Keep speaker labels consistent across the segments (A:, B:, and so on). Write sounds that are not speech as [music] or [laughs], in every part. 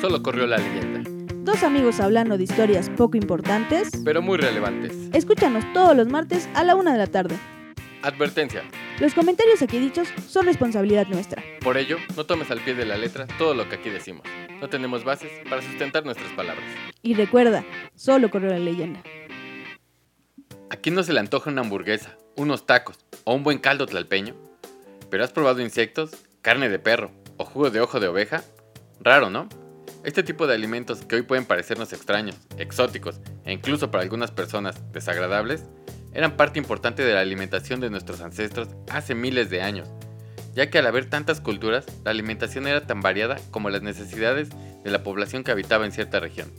A: solo corrió la leyenda,
B: Dos amigos hablando de historias poco importantes.
A: pero muy relevantes.
B: Escúchanos todos los martes a la una de la tarde.
A: Advertencia.
B: Los comentarios aquí dichos son responsabilidad nuestra.
A: Por ello, no tomes al pie de la letra todo lo que aquí decimos. No tenemos bases para sustentar nuestras palabras.
B: Y recuerda, solo corrió la leyenda.
A: ¿A quién no se le antoja una hamburguesa, unos tacos o un buen caldo tlalpeño? ¿Pero has probado insectos, carne de perro o jugo de ojo de oveja? Raro, ¿no? Este tipo de alimentos que hoy pueden parecernos extraños, exóticos e incluso para algunas personas desagradables, eran parte importante de la alimentación de nuestros ancestros hace miles de años, ya que al haber tantas culturas, la alimentación era tan variada como las necesidades de la población que habitaba en cierta región.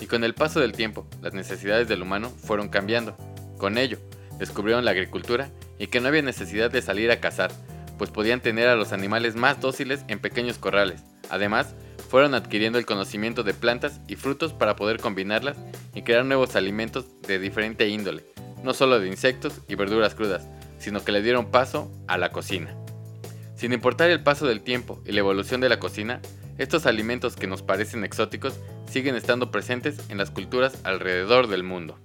A: Y con el paso del tiempo, las necesidades del humano fueron cambiando, con ello, descubrieron la agricultura y que no había necesidad de salir a cazar, pues podían tener a los animales más dóciles en pequeños corrales. Además, fueron adquiriendo el conocimiento de plantas y frutos para poder combinarlas y crear nuevos alimentos de diferente índole, no solo de insectos y verduras crudas, sino que le dieron paso a la cocina. Sin importar el paso del tiempo y la evolución de la cocina, estos alimentos que nos parecen exóticos siguen estando presentes en las culturas alrededor del mundo.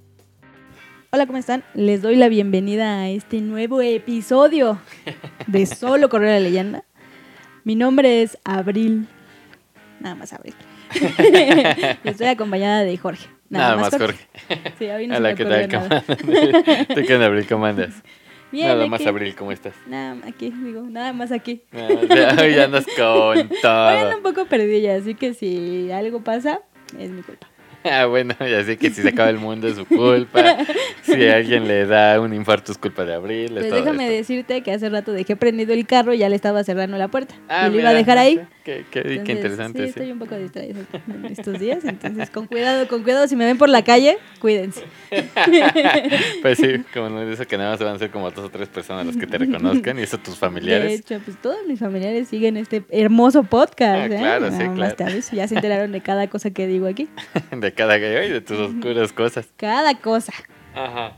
B: Hola, ¿cómo están? Les doy la bienvenida a este nuevo episodio
A: [laughs]
B: de Solo Correr la Leyenda. Mi nombre es Abril. Nada más
A: [laughs]
B: Abril. Y Estoy acompañada de Jorge.
A: Nada, más, Jorge.
B: Sí, a mí no se
A: Hola,
B: me
A: ¿qué
B: ocurre
A: tal,
B: nada. [laughs]
A: Comandante? [laughs] ¿Tú qué onda, Abril? ¿Cómo andas?
B: Bien,
A: Nada
B: ¿de
A: más,
B: qué?
A: Abril, ¿cómo estás?
B: Nada, aquí, digo, nada más aquí.
A: Ah, ya- [laughs] Hoy andas con
B: Hoy ando un
A: todo.
B: poco perdida, así que si algo pasa, es mi culpa.
A: Ah, bueno, ya sé que si se acaba el mundo es su culpa. Si alguien le da un infarto es culpa de Abril. es
B: Pues
A: todo
B: déjame
A: esto.
B: decirte que hace rato dejé prendido el carro y ya le estaba cerrando la puerta.
A: Ah,
B: y lo iba a
A: mira,
B: dejar ahí.
A: Qué, qué- qué
B: Entonces,
A: interesante.
B: Sí,
A: sí.
B: estoy un poco distraída en estos días, entonces con cuidado, con cuidado. Si me ven por la calle,
A: [laughs]
B: cuídense.
A: Pues sí, como no dice que nada más van a ser como dos o tres personas las que te reconozcan y eso tus
B: De
A: familiares.
B: hecho, pues todos mis familiares siguen este hermoso podcast.
A: Ah,
B: ¿eh?
A: claro, sí,
B: Nada más
A: claro.
B: te
A: [laughs]
B: aviso, ya se enteraron de cada cosa que digo aquí.
A: De cada gallo y de tus oscuras cosas.
B: Cada cosa. [laughs]
A: Ajá.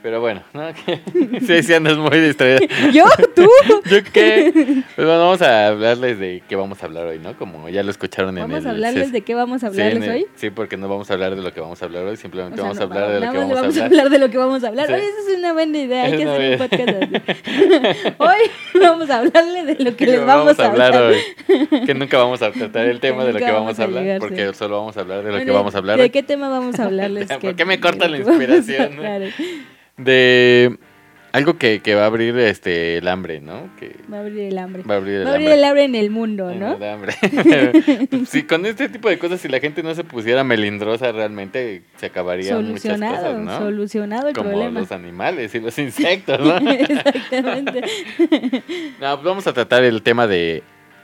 A: Pero bueno, ¿no? [laughs] sí, sí andas muy distraída.
B: Yo, tú.
A: ¿Yo qué? Pues bueno, vamos a hablarles de qué vamos a hablar hoy, ¿no? Como ya lo escucharon en el...
B: Vamos a hablarles de qué vamos a
A: sí, en
B: hablarles
A: el-
B: hoy.
A: Sí, porque no vamos a hablar de lo que vamos a hablar hoy,
B: O
A: simplemente
B: sea,
A: vamos
B: no,
A: a hablar de lo
B: nada
A: que
B: más le
A: vamos a hablar.
B: hablar de lo que vamos a hablar.
A: Sí.
B: Oye, esa es una buena idea. Hay
A: Es
B: que
A: una
B: hacer un
A: buena-
B: podcast
A: [laughs]
B: así. Hoy vamos a hablarle de lo que
A: Que
B: les
A: no
B: vamos, a hablar.
A: [laughs] hoy. Que nunca vamos a tratar
B: [laughs]
A: el tema de lo
B: nunca
A: que
B: vamos
A: vamos
B: a
A: a hablar,
B: llegar,
A: porque
B: sí.
A: solo vamos a hablar de lo
B: Bueno,
A: que vamos a hablar.
B: ¿De
A: hoy.
B: qué tema vamos a hablarles?
A: [laughs] ¿Por
B: que-
A: qué me cortan
B: de
A: la
B: lo que [laughs] vamos a
A: inspiración, no?
B: hablar?
A: De algo que, que va a abrir este el hambre, ¿no? Que
B: Va a abrir el hambre.
A: va a abrir el
B: Va a abrir
A: hambre.
B: el hambre en el
A: [laughs]
B: mundo,
A: Ay,
B: ¿no?
A: me da
B: [laughs]
A: hambre. si con este tipo de cosas, si la gente no se pusiera melindrosa, realmente se acabarían muchas
B: Solucionado,
A: cosas, ¿no?
B: solucionado el
A: Como
B: problema.
A: los animales y los insectos, ¿no? no, [laughs]
B: [laughs] Exactamente.
A: pues vamos a tratar el tema de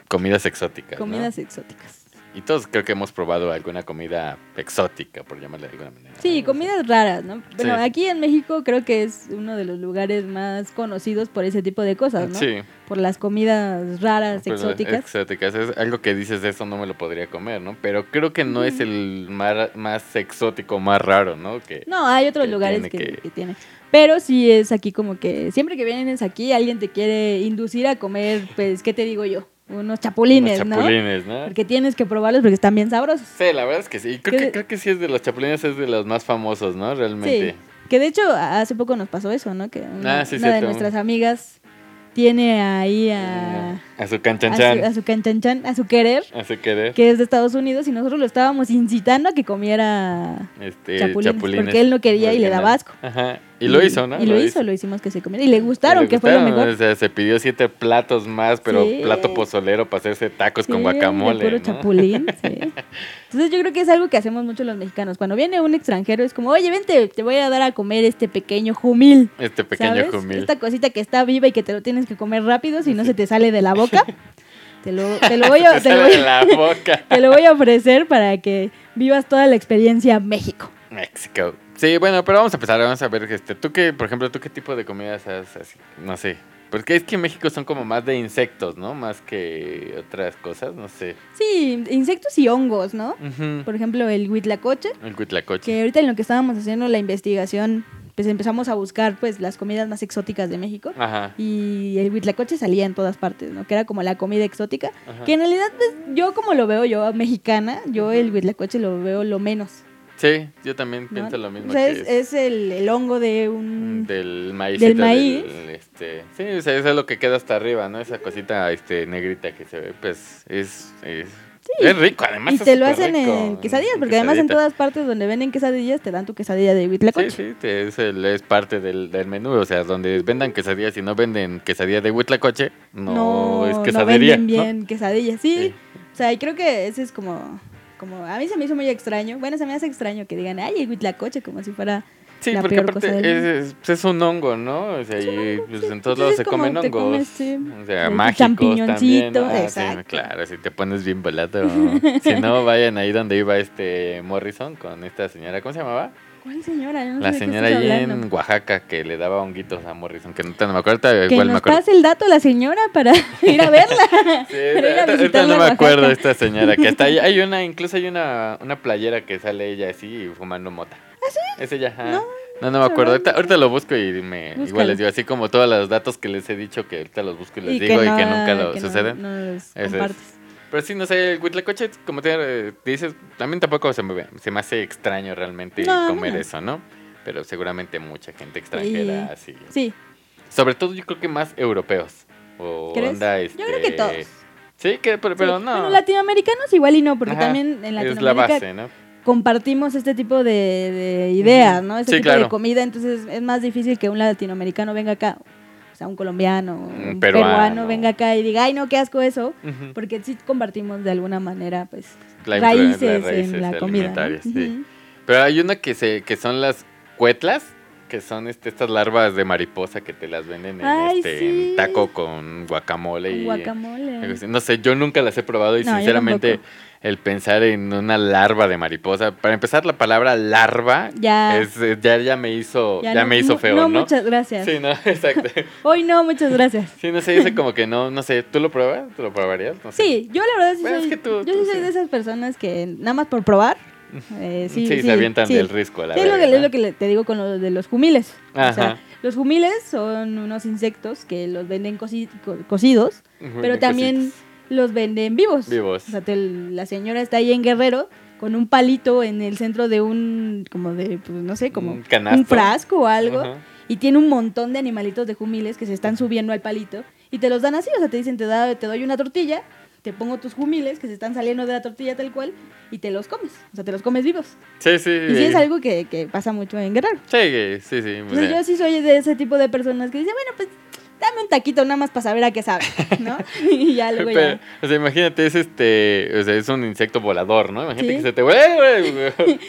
A: comidas exóticas, ¿no?
B: Comidas exóticas.
A: Y todos creo que hemos probado alguna comida exótica, por llamarla de alguna manera.
B: Sí,
A: ¿no?
B: comidas raras, ¿no? Bueno,
A: Sí.
B: aquí en México creo que es uno de los lugares más conocidos por ese tipo de cosas, ¿no?
A: Sí,
B: Por las comidas raras,
A: pero
B: exóticas.
A: exóticas. Pues, Es algo que dices, eso no me lo podría comer, ¿no? Pero creo que no es el mar- más exótico, más raro, ¿no? Que,
B: No, hay otros
A: que
B: lugares
A: tiene
B: que,
A: que-
B: que tienen. Pero sí es aquí como que siempre que vienes aquí alguien te quiere inducir a comer, pues, ¿qué te digo yo? Unos chapulines,
A: los
B: ¿no?
A: chapulines, ¿no?
B: Porque tienes que probarlos porque están bien sabrosos.
A: Sí, la verdad es que sí. Y Creo
B: Que-
A: que, creo que sí es de los chapulines, es de los más famosos, ¿no? Realmente.
B: Sí. Que de hecho a- hace poco nos pasó eso, ¿no? Que una,
A: Ah, sí,
B: una de
A: cierto.
B: nuestras amigas tiene ahí a,
A: A su
B: a, su,
A: canchanchan,
B: ah. a su canchanchan, a su querer,
A: a su querer.
B: que es de Estados Unidos, y nosotros lo estábamos incitando a que comiera
A: Este,
B: chapulines,
A: chapulines,
B: porque él no quería y le daba
A: originales.
B: asco.
A: Ajá. Y lo hizo, ¿no?
B: Y lo, hizo, lo hicimos que se comiera. Y le gustaron,
A: Le
B: que fue lo
A: gustaron,
B: mejor.
A: O sea, se pidió siete platos más, pero
B: Sí.
A: plato pozolero para hacerse tacos con
B: Sí,
A: guacamole.
B: de puro
A: ¿no? [laughs]
B: chapulín, sí. Entonces yo creo que es algo que hacemos mucho los mexicanos. Cuando viene un extranjero es como, oye, vente, te voy a dar a comer este pequeño jumil.
A: Este pequeño
B: ¿sabes?
A: jumil. [laughs]
B: Esta cosita que está viva y que te lo tienes que comer rápido, si no se te sale de
A: [laughs]
B: la boca. Te lo, te lo voy
A: Te
B: a, te lo
A: sale
B: voy
A: de
B: a-
A: la boca.
B: te lo voy a ofrecer para que vivas toda la experiencia México.
A: México. Sí, bueno, pero vamos a empezar, vamos a ver, este, tú qué, por ejemplo, tú qué tipo de comidas haces, así? no sé, porque es que en México son como más de insectos, ¿no? Más que otras cosas, no sé.
B: Sí, insectos y hongos, ¿no?
A: Ujú.
B: Por ejemplo, el huitlacoche,
A: El cuitlacoche.
B: que ahorita en lo que estábamos haciendo la investigación pues empezamos a buscar pues las comidas más exóticas de México.
A: Ajá.
B: Y el huitlacoche salía en todas partes, ¿no? Que era como la comida exótica.
A: ajá.
B: Que en realidad, pues, yo como lo veo yo, mexicana, yo el huitlacoche lo veo lo menos.
A: Sí, yo también
B: ¿no?
A: pienso lo mismo.
B: O sea,
A: que
B: es,
A: es-
B: es el, el hongo de
A: Mm,
B: un...
A: Del maíz.
B: Del maíz.
A: este, sí, o sea, eso es lo que queda hasta arriba, ¿no? Esa cosita este, negrita que se ve, pues es... es es rico, además.
B: y
A: es
B: te lo
A: Mm, súper
B: hacen en
A: rico,
B: quesadillas, porque además en
A: quesadita.
B: todas partes donde venden quesadillas te dan tu quesadilla de huitlacoche.
A: Sí, sí, te- es, el- es parte del, del menú. O sea, donde vendan quesadillas y no venden quesadilla de huitlacoche, no,
B: no,
A: es
B: no
A: quesadería.
B: venden
A: ¿no?
B: bien quesadillas, sí.
A: Sí.
B: O sea, y creo que ese es como, como... A mí se me hizo muy extraño. Bueno, se me hace extraño que digan, ay, el huitlacoche, como si fuera...
A: Sí,
B: la
A: porque
B: peor
A: aparte
B: cosa del
A: es, es- pues, es un hongo, ¿no? O sea, y pues, en todos
B: Entonces
A: lados
B: es
A: se
B: como
A: comen
B: te
A: hongos.
B: comes, sí.
A: O sea,
B: El
A: mágicos también.
B: champiñoncito,
A: Ah, sí,
B: exacto.
A: claro, si te pones bien
B: [laughs]
A: volado. si no, vayan ahí donde iba este Morrison con esta señora, ¿cómo se llamaba?
B: ¿Cuál señora? Yo no
A: La
B: sé de qué
A: señora
B: estás
A: ahí
B: hablando.
A: en Oaxaca que le daba honguitos a Morrison, que no te no me acuerdo, ahorita
B: Que
A: igual me
B: nos
A: acuerdo.
B: pase el dato la señora
A: [laughs]
B: para [laughs] ir a verla.
A: Sí,
B: Pero ir a
A: ahorita- ahorita
B: visitarla
A: no
B: a
A: me
B: Oaxaca.
A: acuerdo esta señora, que está ahí, hay una, incluso hay una, una playera que sale ella así fumando mota. ¿Ah, sí? Es ella, ajá.
B: No,
A: No, no, me acuerdo,
B: verdad,
A: ahorita, ahorita lo busco y me,
B: Búscalo.
A: igual les digo, así como todos los datos que les he dicho que ahorita los busco y les
B: Y
A: digo y que nunca lo
B: que no-
A: suceden.
B: No, los
A: es.
B: compartes.
A: Pero sí, no sé, el huitlacoche, como te eh, dices, también tampoco se me, se me hace extraño realmente
B: No, a mí
A: comer
B: no.
A: eso, ¿no? Pero seguramente mucha gente extranjera así.
B: Sí,
A: Sobre todo yo creo que más europeos. O
B: ¿crees?
A: onda, este...
B: Yo creo que todos.
A: Sí, que, pero, pero
B: Sí.
A: no.
B: Bueno, latinoamericanos igual y no, porque
A: Ajá,
B: también en
A: es la
B: Latinoamérica
A: base, ¿no?
B: compartimos este tipo de, de ideas, ¿no? Este
A: Sí,
B: tipo de
A: claro.
B: comida, entonces es más difícil que un latinoamericano venga acá, o sea, un colombiano,
A: Un
B: un peruano.
A: peruano.
B: venga acá y diga, ay, no, qué asco eso,
A: Ujú.
B: porque sí compartimos de alguna manera, pues,
A: La influencia de
B: raíces,
A: las
B: en la comida. ¿no?
A: alimentarias, sí.
B: Ujú.
A: Pero hay una que se que son las cuetlas, que son este, estas larvas de mariposa que te las venden en,
B: Ay,
A: este,
B: sí.
A: en taco con guacamole
B: Con
A: y algo
B: guacamole.
A: así. no sé, yo nunca las he probado y
B: No, yo
A: sinceramente
B: tampoco.
A: el pensar en una larva de mariposa, para empezar la palabra larva
B: Ya.
A: es, eh, ya, ya me hizo ya,
B: Ah. no-
A: me hizo
B: mu-
A: feo,
B: No,
A: ¿no?
B: muchas gracias.
A: Sí, no, [laughs] exacto.
B: Hoy no, muchas gracias.
A: Sí, no sé, dice como que no, no sé, ¿tú lo pruebas? ¿Tú lo probarías? No sé.
B: Sí, yo la verdad sí
A: Bueno, es
B: soy,
A: que tú-
B: yo
A: tú
B: sí soy
A: sí.
B: de esas personas que nada más por probar, eh, sí,
A: Sí, se avientan
B: sí.
A: del risco a la
B: Sí, es lo, que,
A: verga,
B: es
A: ¿no?
B: lo que le- te digo con lo de los jumiles. O sea,
A: Ajá.
B: los jumiles son unos insectos que los venden coci- co- cocidos,
A: Ujú,
B: pero
A: de
B: también
A: cositas.
B: los venden vivos.
A: Vivos.
B: O sea, te- la señora está ahí en Guerrero con un palito en el centro de un, como de, pues, no sé, como
A: Un canasto.
B: frasco o algo.
A: Ajá.
B: Y tiene un montón de animalitos de jumiles que se están subiendo al palito y te los dan así, o sea, te dicen, te, da- te doy una tortilla, te pongo tus jumiles que se están saliendo de la tortilla tal cual y te los comes, o sea, te los comes vivos.
A: Sí, sí.
B: Y sí es algo que, que pasa mucho en Guerrero.
A: Sí, sí, sí. o
B: Entonces
A: sea,
B: yo sí soy de ese tipo de personas que dicen, bueno, pues dame un taquito nada más para saber a qué
A: [laughs]
B: sabe, ¿no? [laughs] y ya luego
A: pero,
B: ya.
A: o sea, imagínate, es este, o sea, es un insecto volador, ¿no? Imagínate
B: Sí.
A: que se te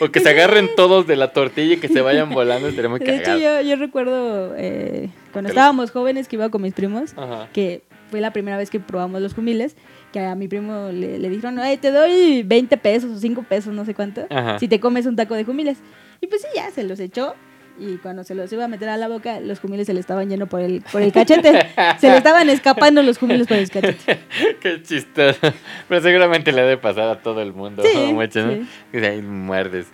A: o que se agarren todos de la tortilla y que se vayan volando, estaría muy
B: [laughs] De hecho,
A: cagado.
B: yo, yo recuerdo eh, cuando
A: Te lo-
B: estábamos jóvenes que iba con mis primos,
A: Ajá.
B: que fue la primera vez que probamos los jumiles, que a mi primo le, le dijeron, "Ay, te doy 20 pesos o 5 pesos, no sé cuánto,
A: Ajá.
B: si te comes un taco de jumiles. Y pues sí, ya se los echó. Y cuando se los iba a meter a la boca, los jumiles se le estaban yendo por el, por
A: [laughs]
B: el cachete. se le estaban escapando los jumiles por el cachete.
A: Qué chistoso. Pero seguramente le ha de pasar a todo el mundo.
B: Sí,
A: mucho, ¿no?
B: sí.
A: Y de ahí muerdes.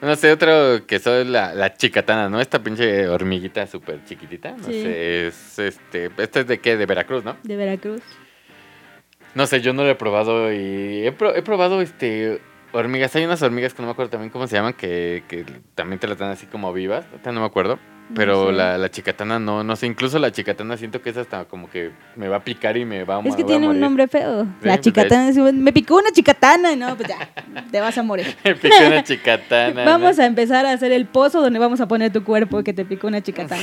A: No sé, otro que soy la, la chicatana, ¿no? Esta pinche hormiguita súper chiquitita. No
B: Sí.
A: sé, es este. ¿Esta es de qué? De Veracruz, ¿no?
B: De Veracruz.
A: No sé, yo no lo he probado y he, pro- he probado este hormigas. Hay unas hormigas que no me acuerdo también cómo se llaman, que, que también te las dan así como vivas. Ahorita no me acuerdo.
B: No
A: Pero
B: sé.
A: la, la chicatana no, no sé. Incluso la chicatana siento que es hasta como que me va a picar y me va a mo-
B: Es que
A: voy a
B: tiene un
A: morir.
B: nombre feo.
A: Sí,
B: la
A: pues,
B: chicatana. es un- Me picó una chicatana. No,
A: [laughs]
B: pues ya, te vas a morir.
A: [laughs] Me picó una chicatana. [laughs]
B: Vamos a empezar a hacer el pozo donde vamos a poner tu cuerpo que te picó
A: [laughs]
B: una chicatana.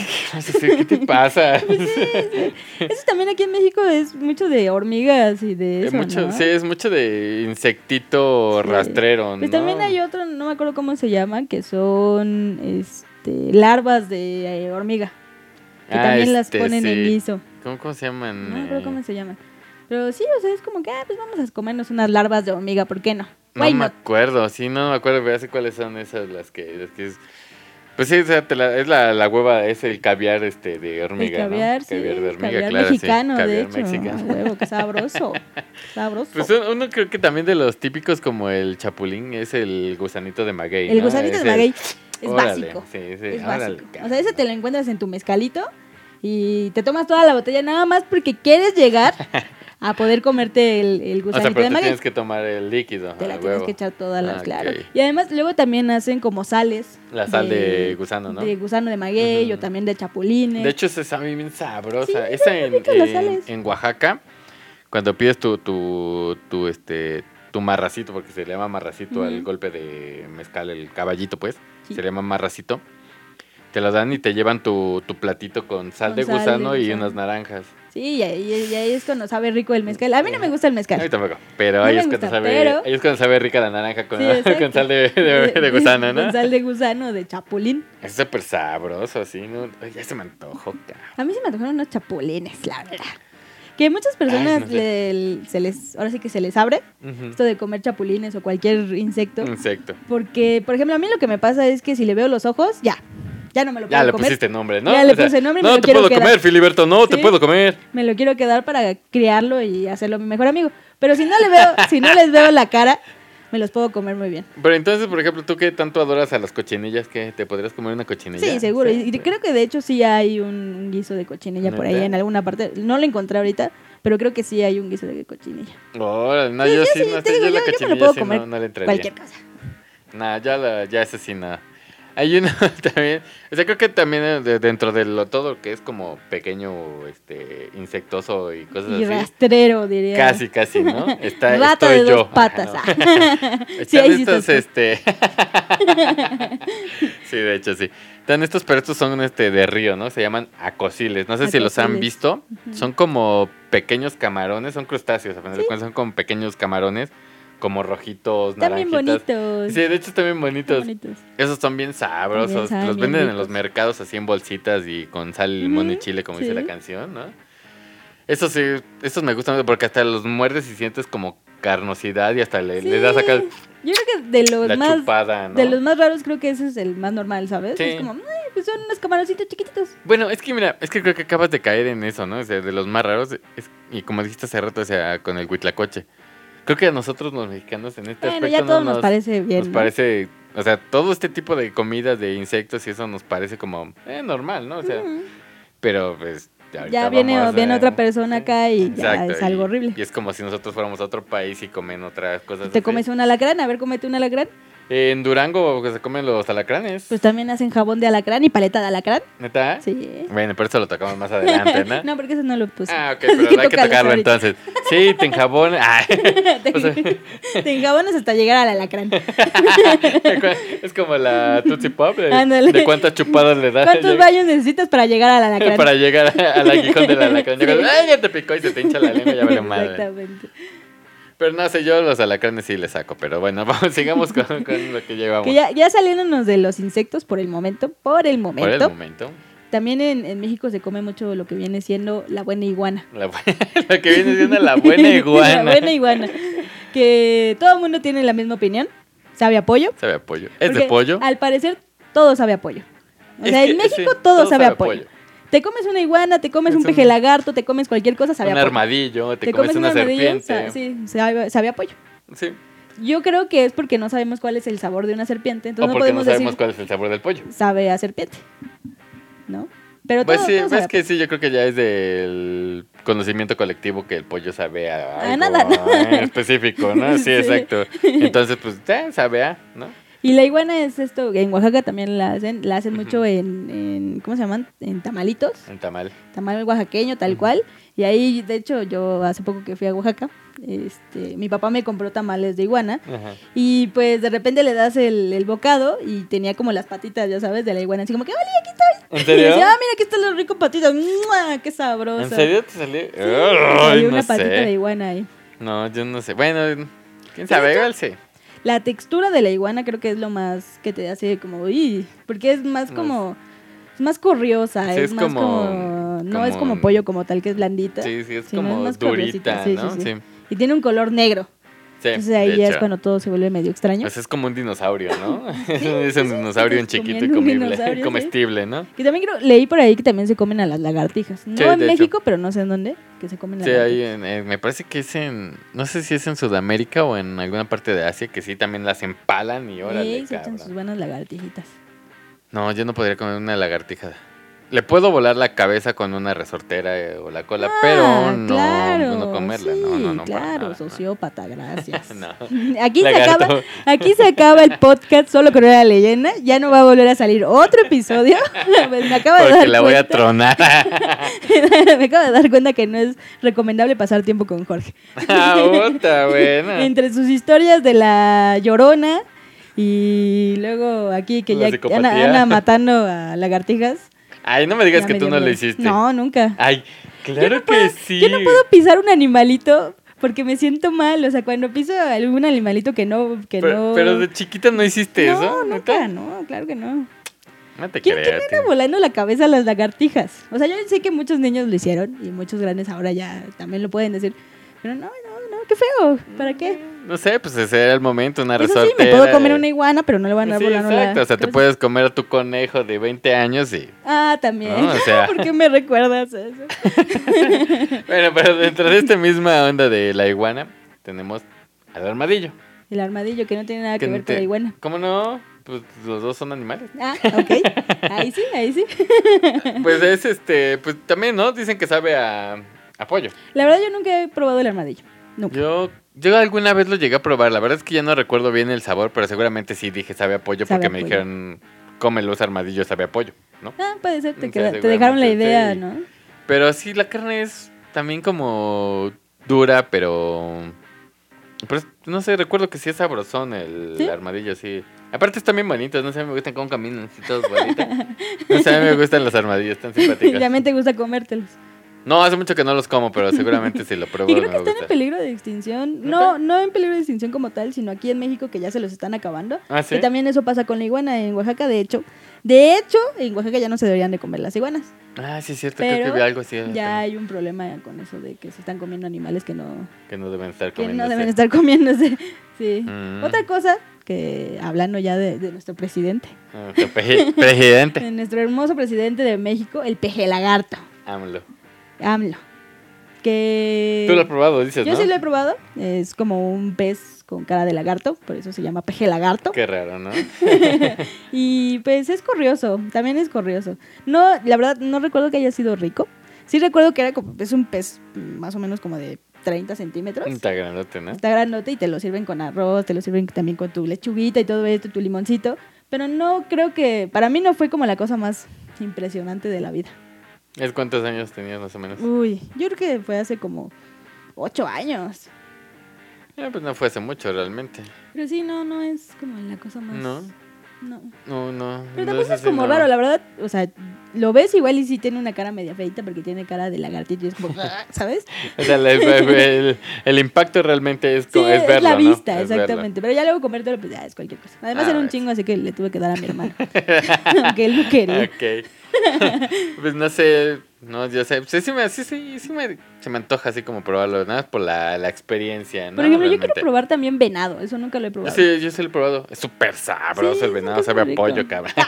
A: ¿Qué te
B: [laughs]
A: pasa?
B: Eso también aquí en México es mucho de hormigas y
A: [laughs]
B: de
A: Es
B: eso,
A: mucho,
B: ¿no?
A: Sí, es mucho de insectito
B: Sí.
A: rastrero,
B: Pues
A: ¿no?
B: también hay otro, no me acuerdo cómo se llama, que son este, larvas de eh, hormiga. Que
A: Ah,
B: también las
A: este,
B: ponen en
A: sí.
B: guiso.
A: ¿Cómo, cómo se llaman?
B: No me acuerdo
A: Eh,
B: cómo se llaman. Pero sí, o sea, es como que, ah, pues vamos a comernos unas larvas de hormiga, ¿por qué no?
A: No
B: Why
A: me
B: not?
A: acuerdo, sí, no me acuerdo, pero ya sé cuáles son esas las que... las que es- Pues sí, o sea, te la- es la, la hueva, es el caviar este de hormiga,
B: el caviar,
A: ¿no?
B: sí,
A: Caviar de hormiga,
B: caviar
A: claro, sí,
B: mexicano, de
A: caviar
B: hecho.
A: mexicano.
B: A huevo, qué sabroso. sabroso.
A: [laughs] Pues un- uno creo que también de los típicos como el chapulín es el gusanito de maguey,
B: el
A: ¿no?
B: gusanito
A: Es
B: de maguey. Es
A: Órale,
B: básico.
A: Sí, sí,
B: Es
A: órale,
B: básico.
A: cara.
B: O sea, ese te lo encuentras en tu mezcalito y te tomas toda la botella nada más porque quieres llegar a poder comerte el, el
A: O sea,
B: gusanito
A: pero
B: de
A: te
B: maguey.
A: tienes que tomar el líquido.
B: Te la
A: a
B: tienes
A: huevo.
B: que echar toda la,
A: Ah,
B: claro.
A: ok.
B: Y además luego también hacen como sales.
A: La sal de gusano, ¿no?
B: De gusano de maguey
A: Ujú.
B: o también de chapulines.
A: De hecho, se sabe bien sabrosa.
B: Sí,
A: Esa en,
B: ricas las
A: en-
B: sales.
A: en Oaxaca, cuando pides tu, tu, tu, este, tu marracito, porque se le llama marracito al
B: Ujú.
A: golpe de mezcal, el caballito, pues,
B: Sí.
A: se le llama marracito. Te lo dan y te llevan tu, tu platito con sal
B: Con
A: de
B: sal de
A: gusano y
B: gusano.
A: unas naranjas.
B: Sí, y ahí, y ahí es cuando sabe rico el mezcal. A mí no me gusta el
A: A mí
B: mezcal.
A: tampoco. Pero,
B: No
A: ahí,
B: me
A: es cuando
B: gusta,
A: sabe,
B: pero-
A: ahí es cuando sabe rica la naranja con, [laughs]
B: Sí,
A: con
B: exacto.
A: sal de, de- de gusano, ¿no?
B: Con sal de gusano, de chapulín.
A: Es súper sabroso, así, ¿no? Ay, ya se me antojó, cara.
B: A mí se me antojaron unos chapulines, la verdad. Que muchas personas
A: no sé. Mm.
B: le- se les, ahora sí que se les abre
A: Ujú.
B: esto de comer chapulines o cualquier insecto.
A: Insecto.
B: Porque, por ejemplo, a mí lo que me pasa es que si le veo los ojos, ya, ya no me lo puedo
A: Ya le
B: comer.
A: pusiste nombre, ¿no?
B: Ya le puse nombre y me
A: No
B: lo
A: te
B: quiero
A: puedo
B: quedar.
A: comer, Filiberto, no te
B: Sí.
A: puedo comer.
B: Me lo quiero quedar para criarlo y hacerlo mi mejor amigo. Pero si no le veo, si no les veo la cara, me los puedo comer muy bien.
A: Pero entonces, por ejemplo, tú que tanto adoras a las cochinillas, que te podrías comer una cochinilla.
B: Sí, seguro.
A: Sí,
B: y y
A: sí.
B: creo que de hecho sí hay un guiso de cochinilla por ahí
A: ¿Neta?
B: en alguna parte. No lo encontré ahorita, pero creo que sí hay un guiso de cochinilla.
A: Órale, no,
B: Sí,
A: yo
B: yo
A: sí,
B: sí,
A: no
B: te
A: sé,
B: digo,
A: yo la
B: yo- yo me lo
A: cochinilla
B: puedo
A: sí no,
B: comer
A: no le entraría.
B: Cualquier cosa.
A: Nah, ya, la, ya esa sí, nada. Hay una [laughs] también, o sea, creo que también eh, de- dentro de lo todo que es como pequeño, este, insectoso y cosas
B: Y
A: así.
B: rastrero, diría.
A: Casi, casi,
B: [laughs]
A: ¿no? Está,
B: Rata
A: estoy
B: de
A: yo.
B: dos patas.
A: Ajá,
B: [laughs]
A: no. [laughs]
B: ah. sí,
A: Están
B: ahí sí
A: estos,
B: estás tú.
A: este. [laughs] sí, de hecho, sí. Están estos, pero estos son este de río, ¿no? Se llaman acosiles. No sé si los han
B: Acosiles.
A: visto.
B: Ujú.
A: Son como pequeños camarones, son crustáceos, a final de cuentas, son como pequeños camarones, como rojitos,
B: Están bien
A: naranjitas.
B: bonitos.
A: Sí, de hecho están bien
B: están
A: bonitos.
B: bonitos.
A: Esos son bien sabrosos.
B: saben
A: los
B: bien
A: venden en los
B: ricos.
A: mercados así en bolsitas y con sal, limón y
B: Ujú,
A: chile, como
B: sí.
A: dice la canción, ¿no? Esos sí, esos me gustan porque hasta los muerdes y sientes como carnosidad y hasta Eh, le, le das acá
B: Sí. Yo creo que de los
A: la
B: Pues más
A: chupada, ¿no?
B: de los más raros creo que ese es el más normal, ¿sabes?
A: Sí.
B: Es como, "Ay, pues son unos camaroncitos chiquititos.
A: Bueno, es que mira, es que creo que acabas de caer en eso, ¿no? O sea, de los más raros, es- y como dijiste hace rato, o sea, con el huitlacoche. Creo que a nosotros los mexicanos en este
B: Bueno,
A: aspecto
B: ya
A: no
B: todo nos, parece bien.
A: nos
B: ¿no?
A: parece, o sea, todo este tipo de comidas de insectos y eso nos parece como eh, normal, ¿no? O sea,
B: Ujú.
A: pero pues
B: Mm. Ya viene, viene otra persona acá y
A: Exacto,
B: ya es algo
A: y-
B: horrible.
A: Y es como si nosotros fuéramos a otro país y comen otras cosas.
B: Te
A: así.
B: comes un alacrán, a ver, comete un alacrán.
A: En Durango que se comen los alacranes.
B: Pues también hacen jabón de alacrán y paleta de alacrán.
A: ¿Neta?
B: Sí.
A: Bueno, pero eso lo tocamos más adelante,
B: [laughs]
A: ¿no?
B: No, porque eso no lo puse.
A: Ah, ok,
B: Así
A: pero hay que
B: tócalos
A: tocarlo
B: ahorita.
A: entonces. Sí, te enjabones. Ah, [laughs] o sea, [laughs]
B: [laughs] te, te enjabonas hasta llegar al alacrán.
A: es como la Tootsie Pop. De,
B: Ándale.
A: de cuántas chupadas le das
B: ¿Cuántos baños necesitas para
A: [laughs]
B: llegar al alacrán?
A: para llegar a- al aguijón del alacrán. Ya
B: Sí.
A: cuando, ¡Ay, ya te picó y se te hincha la lengua, ya vale
B: [laughs]
A: madre.
B: Exactamente.
A: Pero no sé, yo los alacranes sí les saco. Pero bueno, [laughs] vamos, sigamos con, con lo que llevamos.
B: Que ya, ya saliéndonos de los insectos por el momento, por el
A: Por el
B: momento.
A: momento.
B: También en, en México se come mucho lo que viene siendo la buena iguana.
A: La, bu- [laughs] lo que viene siendo la buena iguana.
B: [laughs] la buena
A: [laughs]
B: iguana. Que todo el mundo tiene la misma opinión. Sabe a pollo.
A: Sabe a pollo. ¿Es de
B: Porque
A: pollo?
B: Al parecer, todo sabe a pollo. O
A: Es
B: sea,
A: que-
B: en México
A: sí,
B: todo, sabe, a pollo. Te comes una iguana, te comes
A: Es
B: un
A: un-
B: peje lagarto, te comes cualquier cosa, sabe
A: Un
B: a pollo.
A: armadillo, te, comes, una,
B: armadillo,
A: serpiente.
B: sa- sí, sabe, sabe a pollo.
A: sí.
B: Yo creo que es porque no sabemos cuál es el sabor de una
A: O
B: serpiente, entonces no
A: porque no
B: podemos
A: sabemos
B: decir
A: cuál es el sabor del pollo.
B: sabe a serpiente. ¿No? Pero
A: Pues
B: todo,
A: sí,
B: todo sabe
A: pues
B: a
A: que sí, yo creo que ya es del conocimiento colectivo que el pollo sabe a,
B: A
A: algo
B: Ah, nada, ¿no?
A: en específico,
B: [laughs]
A: ¿no? Sí,
B: Sí.
A: exacto. Entonces, pues, ya sabe a, ¿no?
B: Y la iguana es esto, en Oaxaca también la hacen, la hacen
A: Ujú.
B: mucho en, en- ¿cómo se llaman? En tamalitos,
A: Un tamal.
B: tamal oaxaqueño tal
A: Ujú.
B: cual. Y ahí, de hecho, yo hace poco que fui a Oaxaca, este, mi papá me compró tamales de iguana
A: Ajá.
B: y pues de repente le das el, el bocado y tenía como las patitas, ya sabes, de la iguana, así como que, "Oli, aquí estoy!
A: ¿En
B: Y [laughs]
A: serio?
B: decía, ah, mira, aquí están los ricos patitos, ¡Mua! ¡Qué sabroso!
A: ¿En serio te salió?
B: Hay
A: Ay,
B: una
A: no
B: patita de
A: sé.
B: iguana ahí.
A: No, yo no sé. Bueno, quién sabe, igual sí.
B: La textura de la iguana creo que es lo más que te hace como, uy, porque es
A: Más-
B: más como, es más corriosa,
A: Sí,
B: es,
A: es
B: más
A: como-
B: como, no es
A: como-
B: como pollo como tal que es blandita
A: Sí, sí, es
B: Sí, no, es
A: como
B: más
A: durita,
B: curiosita, sí, sí,
A: ¿no? Sí,
B: sí. y tiene un color negro.
A: Sí,
B: Entonces ahí
A: de
B: ya es
A: hecho.
B: cuando todo se vuelve medio extraño.
A: Pues es como un dinosaurio,
B: [laughs]
A: ¿no? [laughs] es un dinosaurio en chiquito y
B: comiendo un
A: comible,
B: dinosaurio,
A: comestible, ¿no?
B: Que también creo, leí por ahí que también se comen a las lagartijas. No
A: Sí,
B: en
A: de hecho.
B: México, pero no sé en dónde, que se comen
A: Sí, ahí
B: lagartijas.
A: en- en- me parece que es en, no sé si es en Sudamérica o en alguna parte de Asia, que sí también las empalan y órale,
B: Sí, se echan sus
A: cabrón.
B: buenas lagartijitas.
A: No, yo no podría comer una lagartija. Le puedo volar la cabeza con una resortera eh, o la cola, pero no, no comerla. no, no, no. para
B: Ah, claro,
A: nada, no.
B: sociópata, gracias.
A: [laughs] No.
B: [laughs] Aquí se,
A: Lagarto.
B: acaba, aquí se acaba el podcast solo con la leyenda. Ya no va a volver a salir otro episodio. [laughs] Pues, Me acabo de
A: Porque
B: dar
A: la voy a tronar.
B: cuenta- [laughs] me acabo de dar cuenta que no es recomendable pasar tiempo con Jorge.
A: ah, puta, buena.
B: Entre sus historias de la llorona y luego aquí que
A: La
B: ya
A: psicopatía.
B: Ana, Ana matando a lagartijas.
A: Ay, no me digas
B: Ya
A: que
B: me
A: tú
B: dio
A: no lo
B: miedo.
A: hiciste.
B: No, nunca.
A: Ay, claro que sí.
B: Yo no puedo pisar un animalito porque me siento mal. O sea, cuando piso algún animalito que no. Que
A: pero,
B: no...
A: pero de chiquita no hiciste
B: no,
A: eso.
B: nunca, no, claro que no.
A: No te
B: ¿Quién, quién
A: creas.
B: anda volando la cabeza a las lagartijas? O sea, yo sé que muchos niños lo hicieron y muchos grandes ahora ya también lo pueden decir. Pero no, no, no, qué feo. ¿Para qué?
A: No sé, pues ese era el momento, una
B: Eso
A: resortera.
B: sí, me puedo comer una iguana, pero no le van a dar
A: Sí,
B: volando la
A: exacto, o sea, te
B: cabeza.
A: puedes comer a tu conejo de 20 años
B: [laughs]
A: y...
B: Ah, también.
A: No, o sea.
B: [laughs] ¿Por qué me recuerdas eso?
A: Bueno, pero dentro de esta misma onda de la iguana, tenemos al armadillo.
B: El armadillo que no tiene nada que,
A: no
B: ver
A: te-
B: con la iguana.
A: ¿Cómo no? Pues los dos son animales.
B: [laughs] Ah, ok. Ahí sí, ahí sí.
A: Pues es este, pues también, ¿no? Dicen que sabe a, a pollo.
B: La verdad, yo nunca he probado el armadillo. Nunca.
A: Yo, yo alguna vez lo llegué a probar, la verdad es que ya no recuerdo bien el sabor, pero seguramente sí dije sabe a pollo
B: Sabe
A: porque
B: a
A: me
B: pollo.
A: dijeron, come los armadillos, sabe a pollo, ¿no?
B: Ah, puede ser, te,
A: Sí,
B: queda- te dejaron la
A: seguramente,
B: idea,
A: sí.
B: ¿no?
A: Pero sí, la carne es también como dura, pero... Pero es- no sé, recuerdo que sí es sabrosón el
B: ¿Sí?
A: armadillo, sí. Aparte están bien bonitos, no sé, me gustan cómo caminan, así todos bonitos. No sé, a mí me gustan los armadillos,
B: [laughs]
A: están simpáticos.
B: También te gusta comértelos.
A: No, hace mucho que no los como, pero seguramente si lo pruebo
B: [laughs] Y creo
A: me
B: que
A: va a
B: están en
A: gustar.
B: peligro de extinción.
A: ¿Neta?
B: No, no en peligro de extinción como tal, sino aquí en México que ya se los están acabando.
A: Ah, ¿sí?
B: Y también eso pasa con la iguana en Oaxaca, de hecho. De hecho, en Oaxaca ya no se deberían de comer las iguanas.
A: Ah, sí, es cierto, creo que
B: Pero
A: vi algo así.
B: Ya hay un problema con eso de que se están comiendo animales que no,
A: Que no deben estar
B: que
A: comiendo.
B: no deben estar comiéndose. [laughs] Sí.
A: Mm.
B: Otra cosa que hablando ya de, de nuestro
A: [laughs]
B: presidente,
A: Ah,
B: [laughs]
A: Presidente.
B: de nuestro hermoso presidente de México, el peje lagarto,
A: Ámalo.
B: AMLO. Que
A: Tú lo has probado, dices,
B: Yo
A: ¿no?
B: sí lo he probado. Es como un pez con cara de lagarto, por eso se llama peje lagarto.
A: Qué raro, ¿no?
B: Y pues es corrioso, también es corrioso. No, la verdad, no recuerdo que haya sido rico. Sí recuerdo que era como, es un pez mm, más o menos como de 30 centímetros.
A: Está grandote, ¿no?
B: Está grandote y te lo sirven con arroz, te lo sirven también con tu lechuguita y todo esto, tu limoncito. Pero no creo que, para mí no fue como la cosa más impresionante de la vida.
A: ¿Es cuántos años tenías más o menos?
B: Uy, yo creo que fue hace como 8 años.
A: Eh, pues no fue hace mucho realmente.
B: Pero sí, no, no es como la cosa más...
A: No.
B: No.
A: No, no.
B: Pero
A: no
B: tampoco es
A: así,
B: como
A: no.
B: raro, la verdad. O sea, lo ves igual y sí tiene una cara media feita porque tiene cara de lagartito y
A: [laughs]
B: es como, "Ah", ¿sabes?
A: [laughs] O sea, el, el- el- el impacto realmente es,
B: Sí,
A: co- es
B: es
A: verlo,
B: la
A: ¿no?
B: vista,
A: Es verlo.
B: exactamente. Pero ya luego comértelo, pues ya es cualquier cosa. Además
A: Ah,
B: era un
A: ves.
B: chingo, así que le tuve
A: [laughs]
B: que dar a mi hermano. [laughs] Aunque él no quería.
A: Ok. Ah, [laughs] pues no sé, no, yo sé. Sí, sí, me, sí, sí, sí me, se me antoja así como probarlo, nada más por la, la experiencia, ¿no?
B: Por ejemplo, yo
A: Realmente.
B: quiero probar también venado. Eso nunca lo he probado.
A: Sí, yo sí lo he probado. Es súper sabroso
B: Sí,
A: el venado,
B: es muy
A: sabe a
B: rico.
A: pollo, cabrón. [laughs]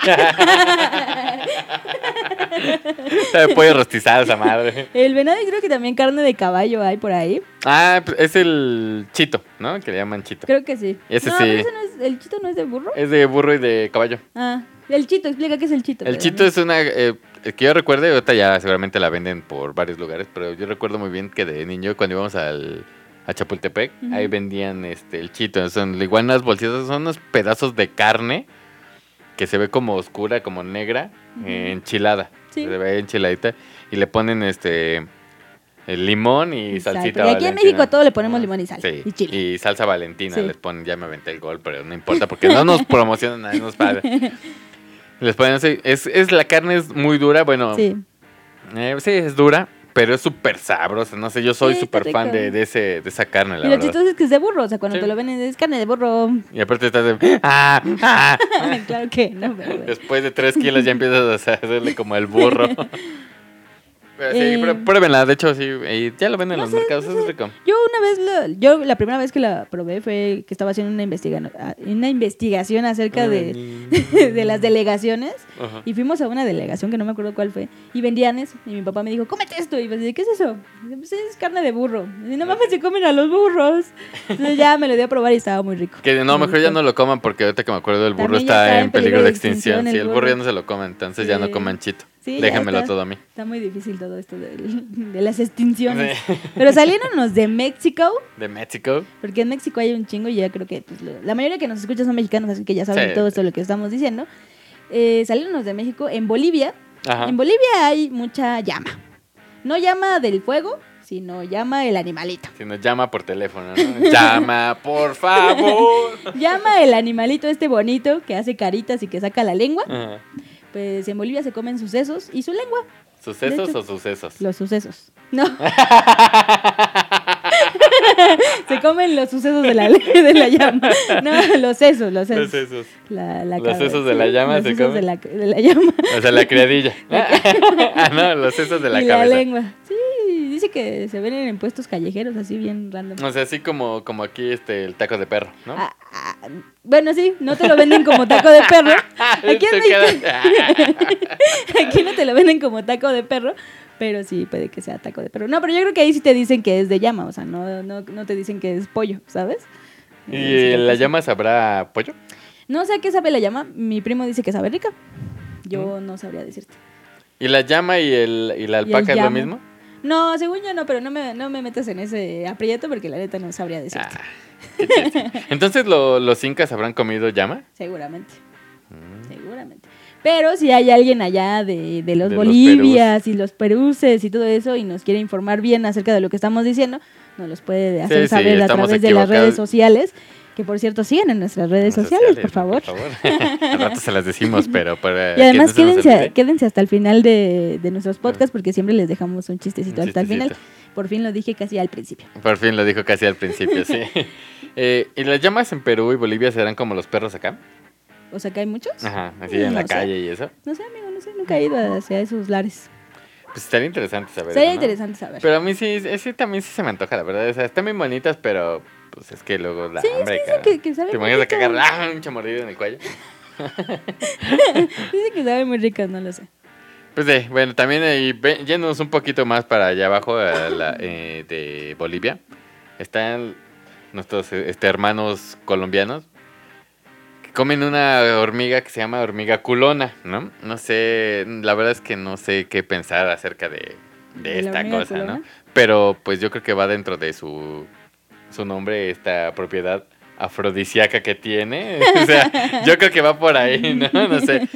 A: sabe a pollo rostizado esa
B: [laughs]
A: madre.
B: [laughs] El venado y creo que también carne de caballo hay por ahí.
A: Ah, pues, es el chito, ¿no? Que le llaman chito.
B: Creo que sí.
A: Ese
B: no,
A: sí.
B: pero ese no es, el chito no es de burro.
A: Es de burro y de caballo.
B: Ah, el chito, explica qué es el chito.
A: El
B: perdón.
A: chito es una... eh, el que yo recuerde, ahorita ya seguramente la venden por varios lugares, pero yo recuerdo muy bien que de niño cuando íbamos al, a Chapultepec,
B: Ujú.
A: ahí vendían este, el chito. Son iguanas bolsitas, son unos pedazos de carne que se ve como oscura, como negra,
B: Ujú.
A: eh, enchilada.
B: Sí.
A: Se ve enchiladita y le ponen este... El limón y,
B: Y sal,
A: salsita.
B: porque aquí en
A: valentina.
B: México a todo le ponemos limón y sal, y chile.
A: Y salsa valentina
B: Sí.
A: les ponen. Ya me aventé el gol, pero no importa porque no
B: [laughs]
A: nos promocionan, nadie nos paga. Les ponen así. Es, es, la carne es muy dura, bueno. eh,
B: Sí.
A: Sí, es dura, pero es súper sabrosa. No sé, yo soy
B: Sí, está
A: súper fan
B: rico.
A: de, de ese, de esa carne, la
B: y lo
A: verdad.
B: chistoso es que es de burro, o sea, cuando
A: Sí.
B: te lo ven es carne de burro. [laughs]
A: Y aparte estás de. ¡Ah! ¡Ah!
B: claro que no, pero bueno. [laughs]
A: Después de tres kilos ya empiezas a hacerle como el burro. Pero sí,
B: Eh,
A: prue- pruébenla, de hecho, sí, eh, ya lo venden en
B: no
A: los
B: sé,
A: mercados,
B: no
A: es
B: sé.
A: rico.
B: Yo una vez, la, yo la primera vez que la probé fue que estaba haciendo una, investiga- a- una investigación acerca de, [laughs] de las delegaciones
A: Ajá.
B: y fuimos a una delegación que no me acuerdo cuál fue y vendían eso y mi papá me dijo, cómete esto y yo así, ¿qué es eso? Y yo, Pues es carne de burro. Y yo, no mames, se comen a los burros. Entonces ya me lo dio a probar y estaba muy rico.
A: Que no,
B: Me
A: mejor ya no
B: gustó.
A: lo coman porque ahorita que me acuerdo el burro
B: También ya
A: está, en peligro de extinción.
B: el
A: sí, el burro
B: burro.
A: ya no se lo comen, entonces ya no
B: Sí.
A: coman chito.
B: Sí, ya
A: Déjenmelo
B: está.
A: todo a mí.
B: Está muy difícil todo esto del- de, las extinciones.
A: Sí.
B: Pero salieron los de México,
A: [laughs] De México.
B: porque en México hay un chingo y ya creo que pues, lo- la mayoría que nos escucha son mexicanos, así que ya saben
A: Sí.
B: todo esto de lo que estamos diciendo. Eh, salieron los de México en Bolivia.
A: Ajá.
B: En Bolivia hay mucha llama. No llama del fuego, sino llama el animalito.
A: Si nos llama por teléfono, ¿no? [laughs] llama, por favor.
B: Llama el animalito este bonito que hace caritas y que saca la lengua.
A: Ajá.
B: Pues en Bolivia se comen sus sesos y su lengua.
A: ¿Sucesos
B: De hecho-
A: o sucesos? [laughs]
B: Los sucesos. No. [laughs] Se comen los sucesos de la, de la llama. No, los sesos, los
A: Los
B: sesos.
A: sesos.
B: La- la
A: Los
B: cabeza.
A: sesos de la llama
B: los
A: se
B: sesos
A: comen.
B: de la, de la llama.
A: O sea, la
B: [laughs]
A: criadilla. [laughs] ah, no, los sesos de la
B: y la
A: cabeza.
B: lengua. Sí, dice que se ven en puestos callejeros, así bien random.
A: o sea, así como, como aquí este, el taco de perro, ¿no?
B: Ah, ah, bueno, sí, no te lo venden como taco de
A: [laughs]
B: perro. Aquí,
A: Te
B: en México-
A: quedas-
B: [laughs] aquí no te lo venden como taco de perro, pero sí puede que sea taco de perro. No, pero yo creo que ahí sí te dicen que es de llama, o sea, no, no, no te dicen que es pollo, ¿sabes?
A: ¿Y
B: Eh, sí,
A: eh, la
B: sí.
A: llama sabrá pollo?
B: No sé a qué sabe la llama. Mi primo dice que sabe rica. Yo
A: Mm.
B: no sabría decirte.
A: ¿Y la llama y, el, y la
B: Y el
A: alpaca es lo
B: llamo.
A: mismo?
B: No, según yo no, pero no me, no me metas en ese aprieto porque la neta no sabría decirte.
A: Ah, qué chiste. Entonces, ¿lo- ¿los incas habrán comido llama?
B: Seguramente. Seguramente. Pero si hay alguien allá de, de los
A: De los
B: Bolivias y los Peruses y todo eso y nos quiere informar bien acerca de lo que estamos diciendo, nos los puede hacer
A: sí,
B: saber a
A: estamos
B: través de las
A: equivocados.
B: redes sociales. Que por cierto, sigan en nuestras redes sociales, por favor.
A: [laughs] Al rato se las decimos, pero para
B: Y además
A: que no se nos
B: quédense,
A: olvide. Ah.
B: quédense hasta el final de, de nuestros podcasts porque siempre les dejamos un chistecito
A: Un
B: hasta el final.
A: chistecito.
B: Por fin lo dije casi al principio.
A: Por fin lo dijo casi al principio, sí. Eh, ¿Y las llamas en Perú y Bolivia serán como los perros acá?
B: O sea, que hay muchos.
A: Ajá, así en la
B: No sé.
A: calle y eso.
B: No sé, amigo, no sé, nunca he ido hacia esos lares.
A: Pues estaría interesante saber.
B: Sería
A: eso, ¿no?
B: interesante saber.
A: Pero a mí sí, es- sí, también sí se me antoja, la verdad. O sea, están bien bonitas, pero pues es que luego la
B: Sí, es
A: hambre,
B: que dicen
A: cara.
B: que, que sabe
A: Te
B: muy
A: imaginas a
B: rico.
A: cagar [laughs] ¡ah! un chamorrido en el cuello.
B: Dicen que sabe muy rico, no lo sé.
A: Pues sí, bueno, también ahí ve- yéndonos un poquito más para allá abajo a la, eh, de Bolivia, están nuestros eh, este, hermanos colombianos que comen una hormiga que se llama hormiga culona, ¿no? No sé, la verdad es que no sé qué pensar acerca de, de
B: ¿De la
A: esta
B: hormiga
A: cosa, ¿no?
B: culona?
A: Pero pues yo creo que va dentro de su, su nombre esta propiedad afrodisíaca que tiene. [laughs] O sea, yo creo que va por ahí, ¿no? No sé.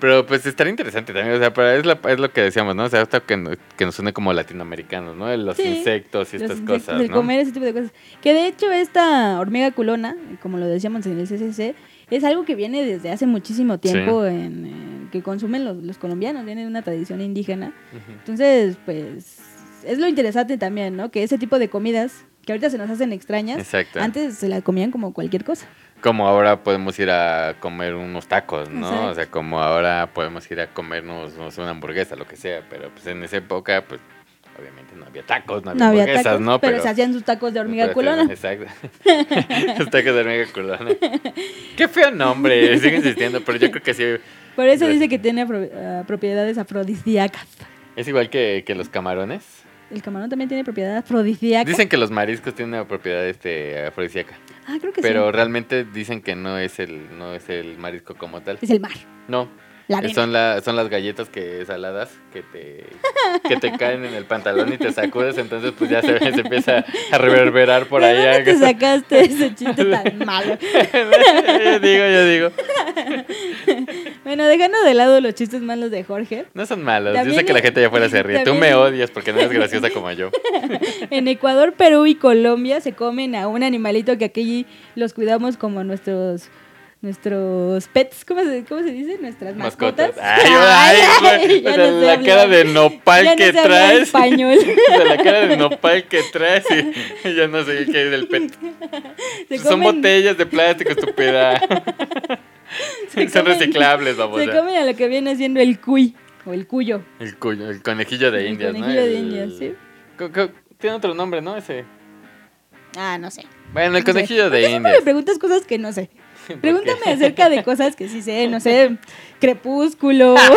A: Pero pues estaría interesante también, o sea, pero es, la- es lo que decíamos, ¿no? O sea, esto que, no- que nos une como latinoamericanos, ¿no? Los
B: Sí,
A: insectos y
B: Los
A: estas
B: insectos,
A: cosas,
B: el
A: ¿no?
B: comer ese tipo de cosas. Que de hecho esta hormiga culona, como lo decíamos en el CCC, es algo que viene desde hace muchísimo tiempo en, eh, que consumen los, los colombianos, viene de una tradición indígena.
A: Ujú.
B: Entonces, pues es lo interesante también, ¿no? Que ese tipo de comidas que ahorita se nos hacen extrañas,
A: Exacto.
B: antes se la comían como cualquier cosa.
A: Como ahora podemos ir a comer unos tacos, ¿no?
B: Exacto.
A: O sea, como ahora podemos ir a comernos no sé, una hamburguesa, lo que sea, pero pues en esa época, pues obviamente no había tacos, no había
B: No había
A: hamburguesas,
B: tacos,
A: ¿no?
B: pero, se hacían sus tacos de hormiga
A: pero-
B: culona.
A: Exacto. [laughs] Los tacos de hormiga
B: [laughs]
A: culona. Qué feo nombre, sigo insistiendo, pero yo creo que sí.
B: Por eso
A: Pues-
B: dice que tiene afro- eh, propiedades afrodisíacas.
A: Es igual que, que los camarones.
B: El camarón también tiene propiedad afrodisíaca.
A: Dicen que los mariscos tienen una propiedad este, afrodisíaca,
B: ah, creo que
A: pero
B: sí.
A: realmente dicen que no es el, no es el marisco como tal.
B: Es el mar,
A: No,
B: la
A: Eh,
B: arena.
A: Son, la- son las galletas que saladas que te, que te caen en el pantalón y te sacudes, entonces pues ya se, se empieza a reverberar por
B: ¿De
A: ahí.
B: dónde te
A: algo. [laughs]
B: sacaste ese chiste tan malo?
A: yo digo, yo digo.
B: Bueno, dejando de lado los chistes malos de Jorge,
A: No son malos. yo sé
B: También-
A: que la gente allá
B: [laughs]
A: afuera se ríe. Tú me
B: también-
A: odias porque no eres
B: [laughs]
A: graciosa como yo.
B: En Ecuador, Perú y Colombia se comen a un animalito que aquí los cuidamos como nuestros nuestros pets, ¿cómo se, cómo se dice? Nuestras mascotas.
A: Mascotas.
B: [laughs]
A: Ay, ay, güey,
B: ya
A: de
B: no sé
A: la
B: hablar.
A: cara de nopal
B: Ya no
A: que
B: sé hablar
A: traes. [laughs]
B: español.
A: De la cara de nopal que traes. Y, ya no sé qué es del pet.
B: Se
A: Son
B: comen-
A: botellas de plástico,
B: [laughs]
A: estúpida.
B: se
A: Son
B: comen-
A: [laughs] reciclables, vamos.
B: Se comen a lo que viene siendo el cuy. O el cuyo.
A: El, cuyo- el conejillo de
B: El
A: indias,
B: conejillo
A: ¿no?
B: de indias, sí.
A: Co- co- Tiene otro nombre, ¿no? Ese.
B: Ah, no sé.
A: Bueno, el
B: No sé.
A: conejillo
B: [laughs] ¿Por qué
A: de
B: siempre me
A: indias.
B: preguntas cosas que no sé?
A: [laughs] ¿Por
B: Pregúntame
A: qué?
B: acerca de cosas que sí sé, no
A: [laughs]
B: sé, Crepúsculo. [laughs]
A: O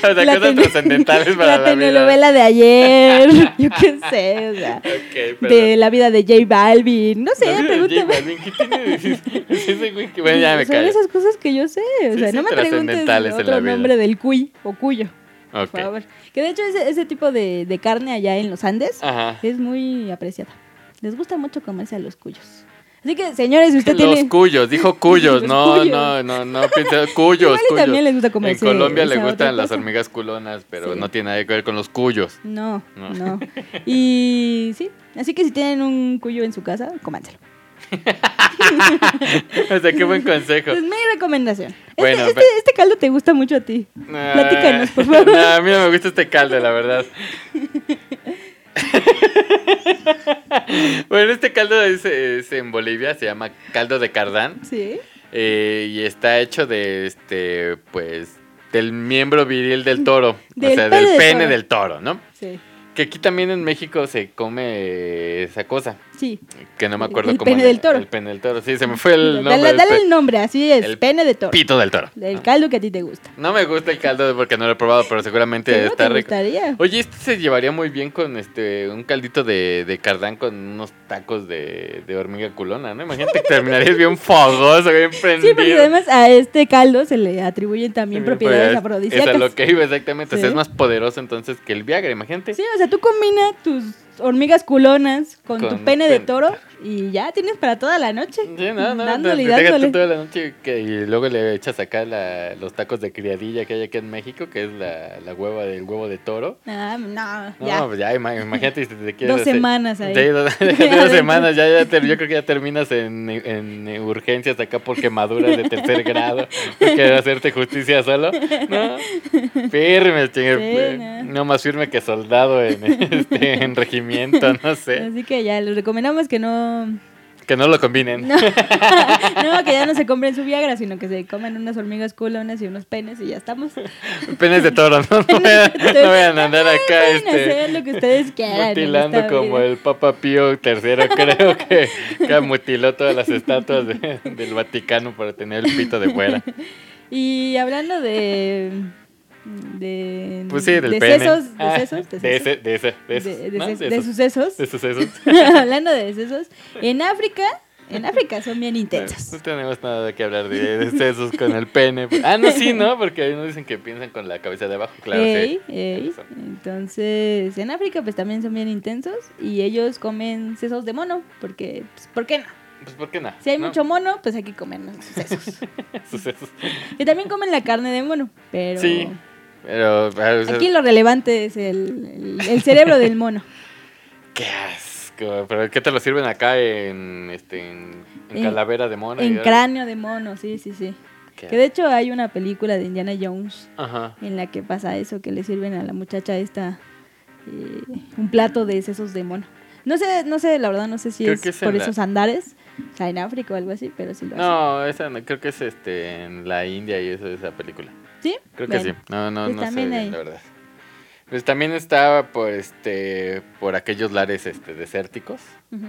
A: sea, cosas
B: tele-
A: trascendentales para
B: la
A: la vida.
B: telenovela de ayer, [laughs] yo qué sé, o sea,
A: Ok, perdón.
B: de la vida de J Balvin, no sé,
A: La vida de
B: pregúntame.
A: J Balvin, ¿qué tiene? [laughs] Es ese güey que- Bueno, ya me
B: Son
A: callo.
B: esas cosas que yo sé, o
A: Sí,
B: sea,
A: sí,
B: no me preguntes
A: trascendentales en la
B: otro
A: vida.
B: nombre del cuy o cuyo, por
A: Ok.
B: favor. Que de hecho ese, ese tipo de, de carne allá en los Andes
A: Ajá.
B: es muy apreciada. Les gusta mucho comerse a los cuyos. Así que, señores, si usted
A: Los
B: tiene...
A: cuyos,
B: [laughs]
A: dijo cuyos,
B: Los
A: no,
B: cuyos.
A: no, no, no, piensa- cuyos,
B: Igual y
A: cuyos.
B: también les gusta comerse
A: En Colombia le
B: esa otra
A: gustan las
B: cosa.
A: hormigas culonas, pero
B: Sí.
A: no tiene nada que ver con los cuyos. [laughs]
B: No,
A: No.
B: no,
A: [laughs]
B: Y sí, así que si tienen un cuyo en su casa, cománselo.
A: O sea, qué buen consejo.
B: Es mi recomendación. Este,
A: Bueno,
B: este-
A: pe-
B: este caldo te gusta mucho a ti.
A: Ah,
B: platícanos, por
A: [laughs]
B: favor.
A: No, a mí no me gusta este caldo, la
B: [laughs]
A: verdad. [laughs] bueno, este caldo es, es en Bolivia, se llama caldo de cardán
B: Sí.
A: eh, y está hecho de, este, pues, del miembro viril del toro, o
B: Del
A: sea,
B: pene
A: del
B: del
A: pene
B: toro.
A: del toro, ¿no?
B: Sí.
A: Que aquí también en México se come esa cosa,
B: Sí.
A: que no me
B: El-
A: acuerdo
B: el
A: cómo
B: pene
A: le-
B: del toro.
A: El pene del toro, sí, se me fue el nombre.
B: dale,
A: del
B: dale
A: pe-
B: el nombre, así es.
A: el Ah.
B: pene de toro.
A: pito del toro.
B: El caldo que a ti te gusta.
A: No me gusta el caldo porque no lo he probado, pero seguramente
B: ¿Qué no
A: está
B: te
A: rico.
B: gustaría?
A: Oye, este se llevaría muy bien con este un caldito de, de cardán con unos tacos de, de hormiga culona, ¿no? Imagínate que terminarías bien fogoso, bien prendido.
B: Sí, porque además a este caldo se le atribuyen también propiedades
A: pues, Es a lo
B: afrodisíacas.
A: que iba exactamente. O sea,
B: Sí.
A: es más poderoso entonces que el Viagra, imagínate.
B: Sí, o sea, tú combina tus hormigas culonas con,
A: Con
B: tu pene de
A: pene.
B: toro y ya tienes para toda la noche.
A: Sí, no, no,
B: dándole y
A: te- te dejas tú
B: dándole.
A: toda la noche que- y luego le echas acá la- los tacos de criadilla que hay aquí en México, que es la, la hueva del huevo de toro.
B: Ah, no,
A: No,
B: ya.
A: pues ya, ima- imagínate si te quieres
B: Dos
A: hacer-
B: semanas ahí.
A: Sí, dos, [laughs] dos semanas, ya, ya te- yo creo que ya terminas en, en urgencias acá por quemaduras de [laughs] tercer grado. No quiero hacerte justicia solo. No, firme, chingue, eh,
B: Sí,
A: no.
B: no.
A: más firme que soldado en, [laughs] este, en regimiento, no sé.
B: Así que ya les recomendamos
A: [laughs]
B: que no, no,
A: Que no lo combinen.
B: que ya no se compren su Viagra, sino que se coman unas hormigas culonas y unos penes y ya estamos.
A: [laughs] Penes de toro, no, no, vayan, no vayan a andar acá
B: Pueden
A: este,
B: hacer lo que ustedes quieran. en
A: mutilando
B: esta
A: como
B: vida.
A: el Papa Pío III, [laughs] creo que, que mutiló todas las estatuas de- del Vaticano para tener el pito de fuera.
B: Y hablando de. de
A: Pues sí, del
B: de
A: pene.
B: Sesos,
A: Ah,
B: de sesos, de
A: de
B: sesos.
A: ese- de ese- de esos,
B: De- de
A: ¿no?
B: ses-
A: De
B: de
A: esos. [laughs]
B: sucesos. [laughs]
A: De sucesos.
B: hablando de sesos. En África, en África son bien intensos.
A: No tenemos nada que hablar de, de sesos con el pene. Ah, no, sí, ¿no? Porque ahí nos dicen que piensan con la cabeza de abajo, claro.
B: Ey,
A: sí.
B: ey.
A: Eso.
B: Entonces, en África pues también son bien intensos y ellos comen sesos de mono, porque, pues, ¿por qué no?
A: Pues, ¿por qué no?
B: Si hay
A: ¿No?
B: mucho mono, pues hay que comernos sus sesos.
A: Sucesos.
B: y también comen la carne de mono, pero
A: Sí. pues Pero, pero, o sea,
B: aquí lo relevante es el, el- el cerebro
A: [laughs]
B: del mono.
A: qué asco. Pero, ¿qué te lo sirven acá en, este, en, en
B: En-
A: calavera de mona?
B: En
A: Y-
B: cráneo de mono, sí, sí, sí.
A: Qué
B: Que de hecho hay una película de Indiana Jones
A: asco. Ajá.
B: en la que pasa eso, que le sirven a la muchacha esta eh, un plato de sesos de mono. No sé, no sé, la verdad no sé si
A: Creo
B: es,
A: que es en
B: por
A: la-
B: esos andares, o sea, en África o algo así, pero sí lo hacen.
A: No, esa no, creo que es este, en la India y eso, esa película.
B: ¿Sí?
A: Creo que
B: Bueno,
A: sí. No, no,
B: pues
A: no sé
B: también
A: bien,
B: hay.
A: la verdad. Pues también estaba por este por aquellos lares este desérticos,
B: ujú.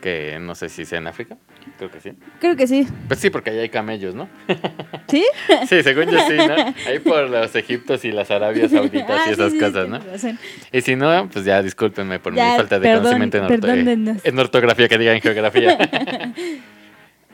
A: que no sé si sea en África. Creo que sí.
B: Creo que sí.
A: Pues sí, porque allá hay camellos, ¿no? [laughs]
B: ¿Sí?
A: Sí, según yo sí, ¿no? Ahí por los Egiptos y las Arabias
B: [laughs]
A: Sauditas
B: Ah,
A: y
B: sí,
A: esas
B: sí,
A: cosas, ¿no?
B: tienes razón.
A: Y si no, pues ya discúlpenme por mi
B: Ya,
A: falta de
B: perdón-
A: conocimiento en, orto-
B: perdónennos.
A: en ortografía, que diga en geografía. [laughs]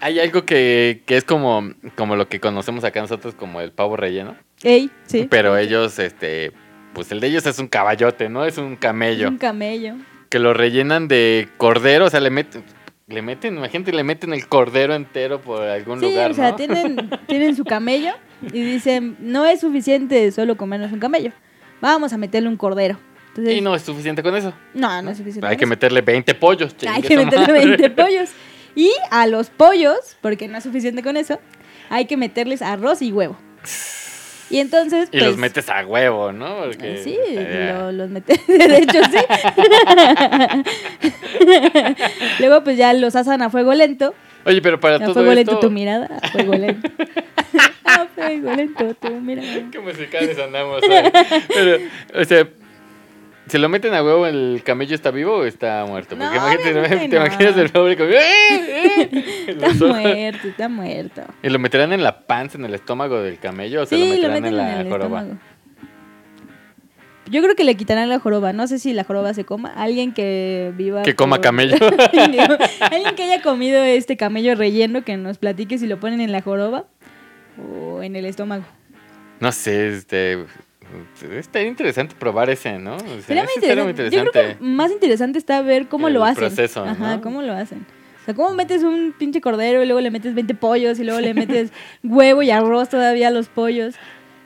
A: Hay algo que, que es como, como lo que conocemos acá nosotros como el pavo relleno.
B: Ey, sí.
A: Pero ellos, este, pues el de ellos es un caballote, ¿no? Es un
B: Es
A: camello.
B: Un camello.
A: Que lo rellenan de cordero, o sea, le meten, le meten, imagínate, le meten el cordero entero por algún
B: Sí,
A: lugar,
B: o sea,
A: ¿no? [laughs]
B: tienen, tienen su camello y dicen, no es suficiente solo comernos un camello, vamos a meterle un cordero. Entonces,
A: Y no es suficiente con eso.
B: no, no es suficiente.
A: Hay que
B: con eso.
A: meterle 20 pollos.
B: Hay
A: chingue
B: que
A: su
B: meterle
A: madre.
B: 20 pollos. Y a los pollos, porque no es suficiente con eso, hay que meterles arroz y huevo. Y entonces,
A: Y
B: pues,
A: los metes a huevo, ¿no? Porque,
B: Sí,
A: eh,
B: lo- los metes. [laughs] De hecho, sí. [laughs] Luego, pues ya los asan a fuego lento.
A: Oye, pero para
B: A
A: todo
B: fuego lento [laughs]
A: esto, [laughs]
B: tu mirada, a fuego lento. café, igualito tú, mira.
A: Qué musicales andamos hoy. Pero, o sea, ¿se lo meten a huevo el camello está vivo o está muerto? Porque
B: No,
A: imagínate,
B: obviamente
A: te
B: no.
A: imaginas el pobre como, ¡eh! ¡eh!
B: Está
A: Los ojos.
B: muerto, está muerto.
A: ¿Y lo meterán en la panza, en el estómago del camello o se
B: Sí,
A: lo
B: lo
A: meterán
B: meten
A: en la
B: en el
A: joroba?
B: estómago. Yo creo que le quitarán la joroba. No sé si la joroba se coma. Alguien que viva.
A: Que coma
B: por-
A: camello. [laughs]
B: Digo, [laughs] Alguien que haya comido este camello relleno que nos platique si lo ponen en la joroba o en el estómago.
A: No sé, este. Estaría interesante probar ese, ¿no? O sea,
B: Sería muy
A: ese estaría muy
B: interesante. Yo creo que más interesante está ver cómo
A: El
B: lo hacen.
A: proceso,
B: Ajá,
A: ¿no?
B: cómo lo hacen. O sea, cómo metes un pinche cordero y luego le metes 20 pollos y luego le
A: [laughs]
B: metes huevo y arroz todavía a los pollos.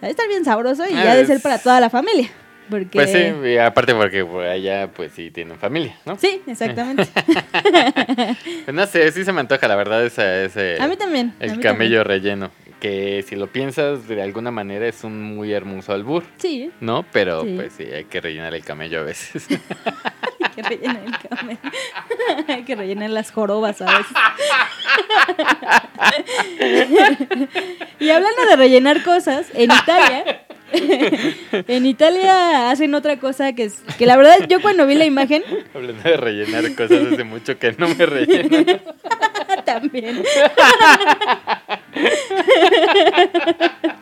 B: Debe estar bien sabroso y
A: Ah,
B: ya ha de ser
A: es-
B: para toda la familia. Porque...
A: Pues sí, y aparte porque por allá pues sí tienen familia, ¿no?
B: Sí,
A: [laughs]
B: exactamente.
A: Pues no sé, sí se me antoja la verdad ese, ese
B: a mí también. a
A: el
B: mí
A: camello relleno, que si lo piensas de alguna manera es un muy hermoso albur,
B: también. Sí,
A: ¿no? Pero
B: Sí.
A: pues sí, hay que rellenar el camello a veces. [laughs]
B: hay que rellenar el camello. [laughs] hay que rellenar las jorobas a veces. [laughs] y hablando de rellenar cosas, en Italia. [laughs] en Italia hacen otra cosa que es. Que la verdad, yo cuando vi la imagen. [laughs]
A: Hablando de rellenar cosas hace mucho que no me
B: [laughs]
A: relleno.
B: También. [laughs]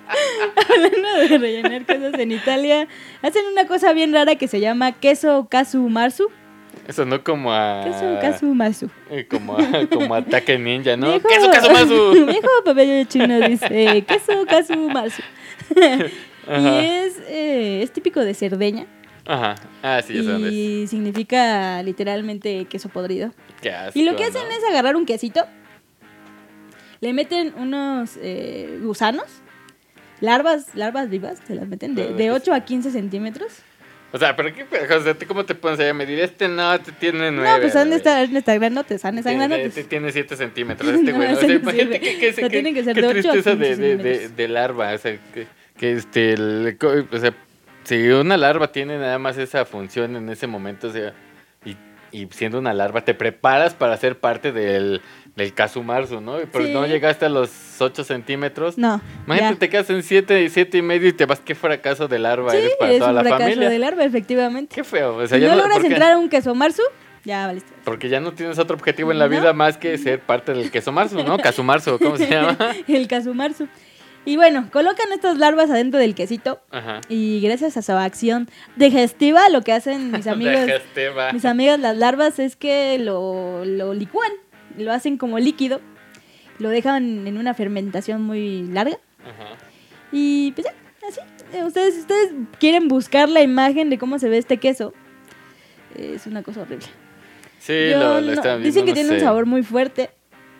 B: Hablando de rellenar cosas en Italia, hacen una cosa bien rara que se llama queso casu marzu.
A: Eso no como a
B: Queso casu marzu.
A: eh, como a, como ataque ninja, ¿no?
B: Viejo-
A: Queso Kazumazu.
B: [laughs] Viejo papel chino
A: [laughs]
B: dice queso casu marzu.
A: Ajá.
B: Y es, eh, es típico de Cerdeña
A: Ajá. Ah, sí, ya sé dónde
B: y significa literalmente queso podrido.
A: es. Qué asco,
B: Y lo que hacen
A: ¿no?
B: es agarrar un quesito, le meten unos eh, gusanos, larvas, larvas vivas, se las meten de,
A: Claro,
B: de
A: que
B: 8 a 15 centímetros.
A: O sea, pero qué pe- o sea, ¿tú ¿cómo te pones ahí a medir? Este no, este tiene nueve.
B: No, pues han de
A: güey.
B: estar, han de estar grandotes, han de estar
A: Tiene-
B: grandotes.
A: Este tiene 7
B: [laughs]
A: centímetros, este
B: No,
A: güey. o
B: ese
A: sea,
B: no
A: imagínate
B: sirve.
A: qué, qué,
B: O sea,
A: qué-
B: tienen que ser
A: qué
B: de ocho a
A: tristeza de,
B: 15
A: de, de,
B: centímetros.
A: de larva. O sea, que, que este, el co- o sea, si una larva tiene nada más esa función en ese momento, o sea, y, y siendo una larva, te preparas para ser parte del, del casumarzo, ¿no? Pero
B: Sí.
A: no llegaste a los 8 centímetros.
B: No.
A: Imagínate,
B: ya.
A: te quedas en 7, 7 y medio y te vas, qué fracaso de larva eres para
B: es
A: toda
B: un
A: la
B: fracaso
A: familia.
B: de larva, efectivamente.
A: Qué feo. O sea,
B: si
A: ya
B: no, logras
A: porque-
B: entrar a un queso marzu, ya valiste.
A: porque ya no tienes otro objetivo en la
B: No.
A: vida más que ser parte del queso marzo,
B: [laughs]
A: ¿no? Caso marzo, ¿cómo se llama?
B: el casumarzu. Y bueno, colocan estas larvas adentro del quesito
A: Ajá.
B: y gracias a su acción digestiva lo que
A: [laughs]
B: hacen mis amigos,
A: Dejaste, este, va.
B: mis amigas las larvas es que lo, lo licúan, lo hacen como líquido, lo dejan en una fermentación muy larga
A: Ajá.
B: y pues ya, así. Eh, Ustedes, si ustedes quieren buscar la imagen de cómo se ve este queso, es una cosa horrible.
A: Sí,
B: Yo
A: lo, lo
B: no-
A: están viendo,
B: dicen que
A: no
B: tiene un
A: sé.
B: sabor muy fuerte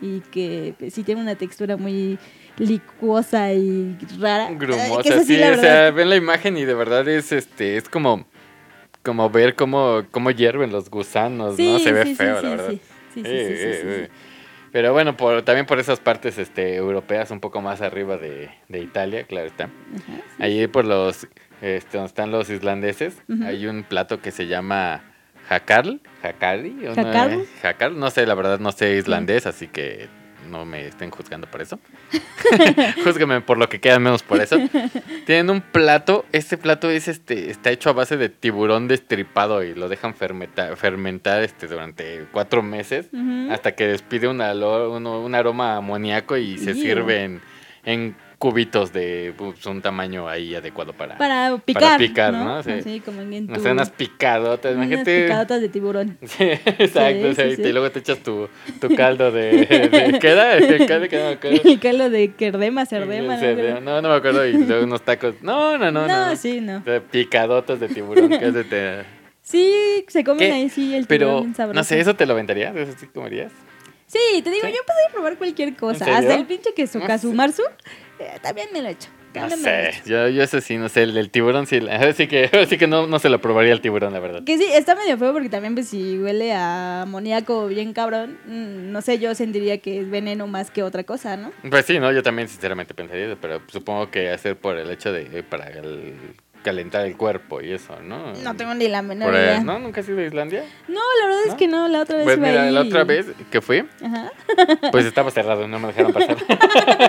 B: y que pues, sí tiene una textura muy licuosa y rara. Ay, que
A: Grumosa,
B: esa
A: sí,
B: la
A: o
B: verdad
A: sea, ven la imagen y de verdad es este, es como, como ver cómo, cómo hierven los gusanos, pues, ¿no? Se ve feo, la verdad.
B: Sí, sí, sí, sí,
A: Eh,
B: sí, sí,
A: eh,
B: sí,
A: eh. Pero bueno, por, también por esas partes este, europeas, un poco más arriba de, de Italia, claro está.
B: sí. Ajá.
A: Ahí por los, este, donde están los islandeses,
B: Ujú.
A: hay un plato que se llama jacarl, jacari, o no,
B: ¿Jacarl?
A: eh, jacarl, no sé, la verdad no sé islandés, así que no me estén juzgando por eso. [laughs] Júzguenme por lo que queda menos por eso. Tienen un plato, este plato es este, está hecho a base de tiburón destripado y lo dejan fermenta- fermentar este, durante cuatro meses
B: Ujú.
A: hasta que despide un, alo- un- un aroma amoníaco y se
B: Ew.
A: sirve en, en cubitos de pues, un tamaño ahí adecuado para,
B: Para picar.
A: picar,
B: ¿no?
A: ¿no? Sí.
B: Así como en tu,
A: o sea, unas picadotas,
B: unas
A: imagínate.
B: picadotas de tiburón.
A: [laughs] Sí, exacto,
B: Sí,
A: o sea,
B: sí,
A: y te-
B: sí.
A: y luego te echas tu, tu caldo de, de- ¿qué era? [laughs] El caldo que no me
B: [laughs]
A: acuerdo.
B: El caldo de querdema, cerdema.
A: Sí,
B: ¿no?
A: cerdema. No, no me acuerdo, y luego unos tacos. No, no, no, no. no.
B: sí, no.
A: O sea, picadotas de tiburón, que es de
B: [laughs]
A: te-
B: Sí, se comen
A: ¿Qué?
B: ahí, sí, el tiburón
A: Pero,
B: bien sabroso.
A: no sé, ¿eso te lo venderías? ¿Eso sí comerías?
B: Sí, te digo,
A: ¿Sí?
B: yo podría probar cualquier cosa.
A: serio?
B: Hasta el pinche queso
A: No
B: casumarzu, eh, también me lo he hecho.
A: No
B: También me lo he
A: sé,
B: hecho.
A: yo, yo eso sí, no sé, el, el tiburón sí, [laughs] la- así que, así que no, no se lo probaría el tiburón, la verdad.
B: Que sí, está medio feo porque también pues, si huele a amoníaco bien cabrón, mm, no sé, yo sentiría que es veneno más que otra cosa, ¿no?
A: Pues sí, no, yo también sinceramente pensaría eso, pero supongo que hacer por el hecho de, eh, para el calentar el cuerpo y eso, ¿no?
B: No tengo ni la menor
A: Por allá.
B: idea. No,
A: ¿No? ¿Nunca has ido a Islandia?
B: la verdad es
A: ¿No?
B: que no, la otra vez
A: Pues
B: iba
A: mira,
B: ahí
A: la otra
B: y-
A: vez que fui,
B: Ajá.
A: pues estaba cerrado, no me dejaron
B: [laughs]
A: pasar. [laughs]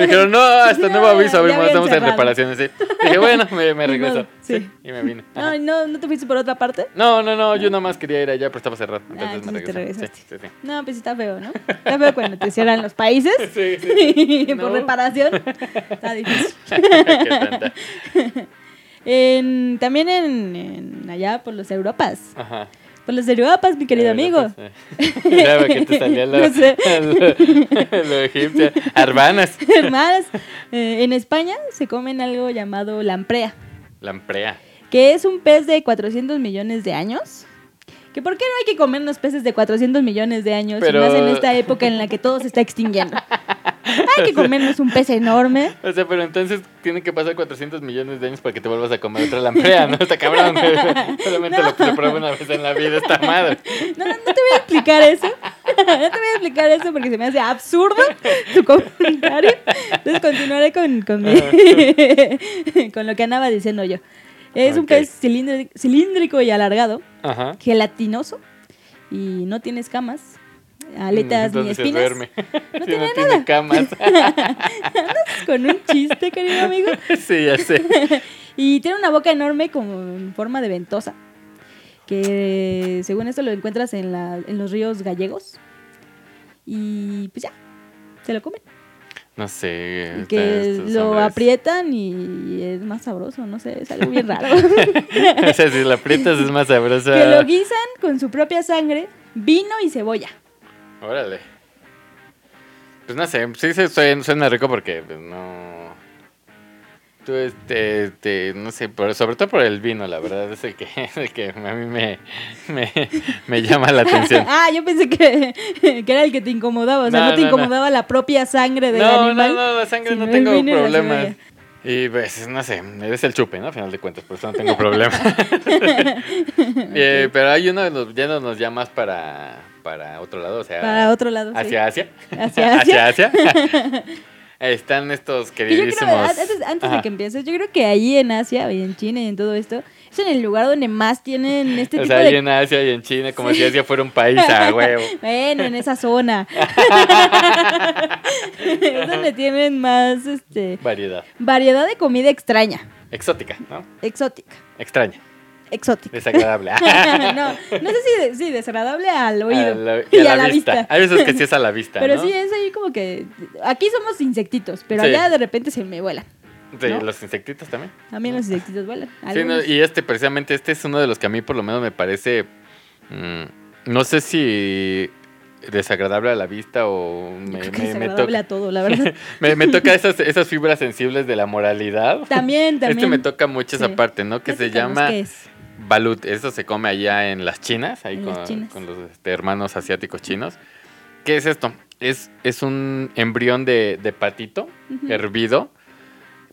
A: Dijeron, no, hasta nuevo aviso, a ver,
B: Ya habían
A: estamos en
B: cerrado.
A: reparaciones. sí. Dije, bueno, me, me
B: Ni
A: regreso.
B: modo,
A: Sí.
B: sí.
A: y me vine. Ajá.
B: Ay, no, ¿no te fuiste por otra parte?
A: No, no, no, yo nada más quería ir allá, pero estaba cerrado. Entonces
B: Ah,
A: me
B: entonces te
A: regresé. Sí, sí,
B: regresaste. No, pues está feo, ¿no? Está feo cuando te cierran los países
A: sí. Sí,
B: [laughs]
A: sí, [laughs] sí. No.
B: por reparación. Está difícil.
A: Qué tonta.
B: En- también en, en allá por los Europas.
A: Ajá.
B: Por Pues los Europas, mi querido
A: Eh,
B: amigo. [laughs]
A: no sé. Miraba que te salía la,
B: No sé.
A: la- [laughs] lo egipcio. Arbanas.
B: Hermanas, eh, en España se comen algo llamado lamprea,
A: Lamprea.
B: que es un pez de 400 millones de años. ¿Que ¿Por qué no hay que comernos peces de 400 millones de años? y
A: Pero-
B: más en esta época en la que todo se
A: [laughs]
B: está extinguiendo. Hay que comernos un pez enorme.
A: O sea, pero entonces tienen que pasar 400 millones de años para que te vuelvas a comer otra lamprea, ¿no? Está cabrón.
B: [laughs]
A: Solamente lo que se prueba una vez en la vida esta madre.
B: No, no, no te voy a explicar eso. [laughs] No te voy a explicar eso porque se me hace absurdo tu comentario. Entonces continuaré con, con, mi- [laughs] con lo que andaba diciendo yo. Es un
A: Ok.
B: pez cilindri- cilíndrico y alargado,
A: Ajá.
B: gelatinoso y no tiene escamas, aletas ni
A: Entonces se
B: espinas.
A: duerme.
B: No
A: [laughs] Si
B: tiene
A: no tiene
B: [laughs]
A: camas. [laughs]
B: Con un chiste, querido amigo.
A: sí, ya sé.
B: Y tiene una boca enorme con forma de ventosa. Que según esto lo encuentras en, la- en los ríos gallegos. Y pues ya, se lo comen.
A: No sé.
B: Y
A: está-
B: que
A: estos
B: lo
A: hombres.
B: aprietan y es más sabroso, no sé, es algo bien raro.
A: [laughs] O sea, si la aprietas es más sabrosa.
B: que lo guisan con su propia sangre, vino y cebolla.
A: Órale. Pues no sé, sí se suena, suena rico porque pues, no. Tú, este, este, no sé, por- sobre todo por el vino, la verdad, es el que, [laughs] el que a mí me, me, me llama la atención.
B: [laughs] ah, yo pensé que, que era el que te incomodaba. O sea,
A: No,
B: no,
A: no,
B: te
A: no.
B: incomodaba la propia sangre del
A: No, no,
B: animal.
A: no, la sangre
B: sino
A: no
B: el
A: tengo
B: vino y la
A: problemas.
B: cebolla.
A: Y pues, no sé, es el chupe, ¿no? A final de cuentas, por eso no tengo
B: [laughs]
A: problema. [laughs] Eh, pero hay uno de los nos ya más para, para otro lado, o sea.
B: Para otro lado. sí.
A: Hacia Asia. [laughs]
B: Hacia Asia. [laughs]
A: Asia. Están estos
B: Que yo creo,
A: queridísimos.
B: antes, antes de
A: Ajá.
B: que empieces, yo creo que ahí en Asia y en China y en todo esto, es en el lugar donde más tienen este
A: [laughs] o
B: tipo
A: sea, ahí
B: de...
A: en Asia y en China, como si Asia fuera un país
B: [laughs]
A: a huevo.
B: Bueno, en
A: [laughs]
B: esa zona. es donde tienen más este,
A: Variedad.
B: variedad de comida extraña,
A: Exótica, ¿no?
B: exótica,
A: Extraña.
B: exótica. [laughs]
A: Desagradable.
B: no, no sé si, de- sí, desagradable al
A: [laughs]
B: oído
A: A la-
B: y, a la vista.
A: Hay veces que sí es a la vista.
B: Pero
A: ¿no?
B: sí, es ahí como que... Aquí somos insectitos, pero
A: Sí.
B: allá de repente se me vuelan.
A: Sí,
B: ¿no?
A: los insectitos también.
B: También los insectitos vuelan.
A: Sí, no,
B: algunos.
A: y este, precisamente, este es uno de los que a mí por lo menos me parece. mm, no sé si desagradable a la vista o
B: Yo
A: me,
B: creo que
A: me- me
B: desagradable
A: toca-
B: a todo, la
A: [laughs]
B: verdad.
A: me- me toca esas, esas fibras sensibles de la
B: [laughs]
A: moralidad.
B: También, también.
A: Este me toca mucho
B: Sí.
A: esa parte, ¿no? Que se
B: Platícanos,
A: llama
B: ¿qué es?
A: balut. Eso se come allá en las chinas, ahí
B: En
A: con,
B: las chinas.
A: con los este, hermanos asiáticos chinos. ¿Qué es esto? Es, es un embrión de, de patito
B: Ujú.
A: hervido,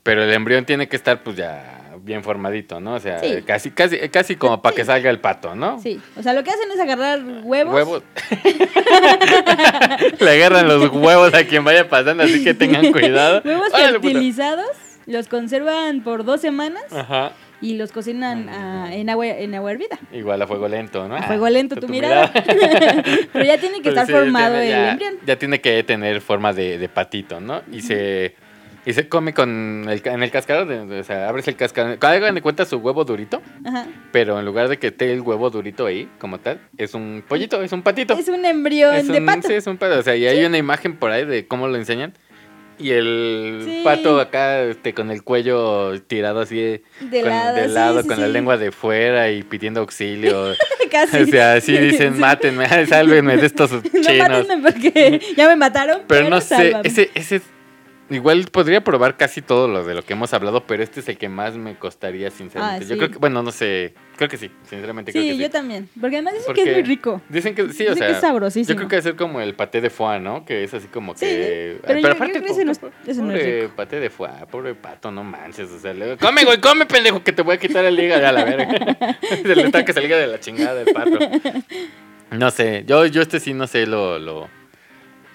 A: pero el embrión tiene que estar pues ya bien formadito, ¿no? O sea,
B: Sí.
A: casi, casi, casi como para que
B: Sí.
A: salga el pato, ¿no?
B: Sí, o sea, lo que hacen es agarrar huevos.
A: [laughs] Le agarran los huevos a quien vaya pasando, así que tengan cuidado.
B: [laughs] Huevos
A: Órale, puta.
B: fertilizados, los conservan por dos semanas
A: Ajá.
B: y los cocinan ah, en, agua, en agua hervida.
A: Igual a fuego lento, ¿no?
B: A
A: Ah,
B: fuego lento,
A: tu-
B: tu
A: tu
B: mirada.
A: mirada.
B: [laughs] Pero ya tiene que
A: Pero
B: estar
A: Pues sí,
B: formado
A: tiene
B: el
A: ya-
B: embrión.
A: Ya tiene que tener forma de, de patito, ¿no? Y se y se come con el, ca- en el cascarón, de- o sea, abres el cascarón. Hagan de cuenta su huevo durito,
B: Ajá.
A: pero en lugar de que esté el huevo durito ahí, como tal, es un pollito, es un patito.
B: Es un embrión
A: Es
B: de
A: un-
B: pato.
A: sí, es un pato. O sea, y hay una imagen por ahí de cómo lo enseñan. Y el
B: Sí.
A: pato acá este, con el cuello tirado así de
B: De
A: con,
B: lado,
A: de
B: sí,
A: lado,
B: sí,
A: con la
B: sí.
A: lengua de fuera y pidiendo auxilio.
B: [laughs] Casi.
A: O sea, así dicen,
B: Sí.
A: mátenme, [laughs] sálvenme de estos
B: [laughs] No
A: chinos. [laughs]
B: mátenme porque ya me mataron.
A: Pero no sé,
B: sálvame.
A: ese, ese igual podría probar casi todo lo de lo que hemos hablado, pero este es el que más me costaría, sinceramente.
B: Ah,
A: Yo
B: sí.
A: creo que, bueno, no sé, creo que sí, sinceramente creo
B: Sí,
A: que sí.
B: yo también. Porque además dicen que
A: Porque
B: es muy rico.
A: Dicen que sí, o
B: Dicen
A: sea,
B: que es
A: yo
B: sabrosísimo.
A: creo que va a ser como el paté de foie, ¿no? Que es así como
B: Sí,
A: que...
B: pero yo creo que
A: po-
B: ese no es-
A: po-
B: ese no es
A: pobre paté de foie, pobre pato, no manches, o sea, le- come, güey, come, pendejo, que te voy a quitar el hígado a la verga.
B: [laughs]
A: [laughs] Se le está que salga de la chingada el pato. No sé, yo, yo este sí no sé, lo... lo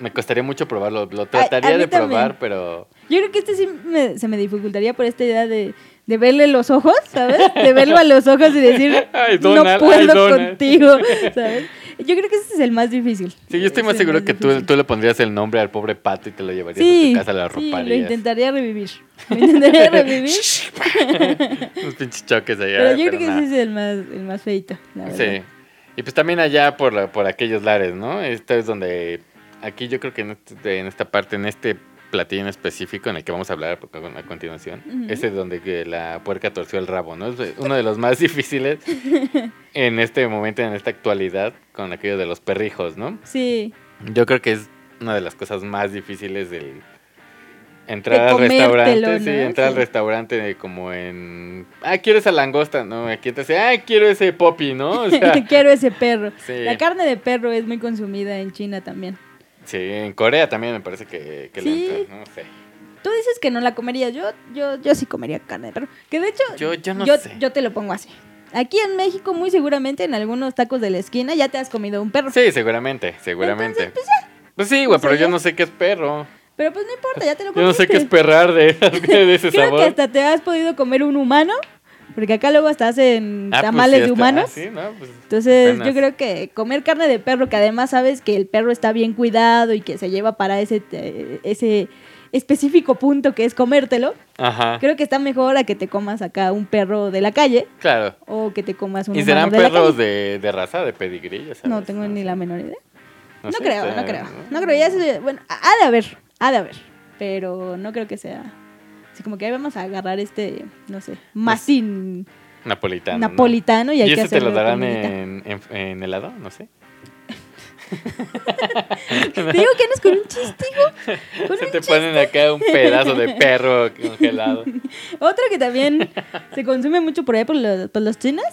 A: me costaría mucho probarlo, lo trataría
B: mí
A: de probar,
B: también.
A: pero...
B: Yo creo que este sí me- se me dificultaría por esta idea de, de verle los ojos, ¿sabes? De verlo a los ojos y decir,
A: [laughs] Ay,
B: no
A: Donald, ay,
B: puedo
A: Donald". [laughs]
B: contigo, ¿sabes? Yo creo que este es el más difícil.
A: Sí, yo estoy más
B: Es el
A: seguro que tú,
B: difícil.
A: tú le pondrías el nombre al pobre pato y te lo llevarías
B: Sí,
A: a tu casa, la
B: sí, lo
A: roparías.
B: intentaría revivir. [laughs] Lo intentaría revivir,
A: [laughs] Unos pinches choques allá.
B: pero yo creo que
A: nada.
B: ese es el más, el más feito, la verdad.
A: Sí. Y pues también allá por, la- por aquellos lares, ¿no? Esto es donde. Aquí yo creo que en, este- en esta parte, en este platillo en específico en el que vamos a hablar a con- a continuación,
B: Ujú.
A: ese es donde que la puerca torció el rabo, ¿no? Es uno de los más [laughs] difíciles en este momento, en esta actualidad, con aquello de los perrijos, ¿no? [laughs]
B: Sí,
A: Yo creo que es una de las cosas más difíciles del entrar al
B: comértelo,
A: restaurante, sí,
B: ¿no?
A: entrar al
B: Sí.
A: restaurante de como en ah quiero esa langosta, no, aquí te dice ah quiero ese poppy, ¿no? O
B: [laughs]
A: sea,
B: quiero ese perro.
A: Ah. sí,
B: La carne de perro es muy consumida en China también.
A: Sí, en Corea también me parece que, que
B: Sí.
A: le entran, no sé.
B: Tú dices que no la comería, yo, yo, yo sí comería carne de perro. Que de hecho,
A: Yo, yo no
B: yo,
A: sé.
B: yo te lo pongo así. Aquí en México, muy seguramente en algunos tacos de la esquina ya te has comido un perro.
A: Sí, seguramente, seguramente. pues, sí, güey,
B: O sea,
A: pero yo
B: ya-
A: no sé qué es perro.
B: Pero pues no importa, ya te lo
A: Yo no sé qué es
B: comiste.
A: perrar de, [laughs] de ese
B: Creo
A: sabor. Ah,
B: que hasta te has podido comer un humano, porque acá luego hasta hacen
A: Ah, pues,
B: tamales
A: sí,
B: de
A: hasta-
B: humanos.
A: ah, sí, no, pues,
B: Entonces
A: apenas.
B: yo creo que comer carne de perro, que además sabes que el perro está bien cuidado y que se lleva para ese, eh, ese específico punto que es comértelo,
A: Ajá.
B: creo que está mejor a que te comas acá un perro de la calle
A: Claro.
B: o que te comas un
A: ¿Y
B: humano
A: serán
B: de la
A: perros
B: calle.
A: de, de raza, de pedigrí? ya sabes,
B: No tengo ni la menor idea. No,
A: sé,
B: creo,
A: o sea,
B: no creo. No creo, ya se- Bueno, ha de haber, ha de haber. Pero no creo que sea... Así como que ahí vamos a agarrar este, no sé, masín
A: Napolitano. ¿no?
B: napolitano y
A: ¿Y,
B: hay que
A: ese te
B: hacerlo
A: lo darán
B: con humita.
A: en, en, en helado? No sé.
B: Te digo que andas
A: [laughs]
B: con un chistigo. Con
A: Se
B: un
A: te ponen acá un pedazo de
B: [laughs]
A: perro congelado.
B: Otro que también se consume mucho por ahí por los, por los chinos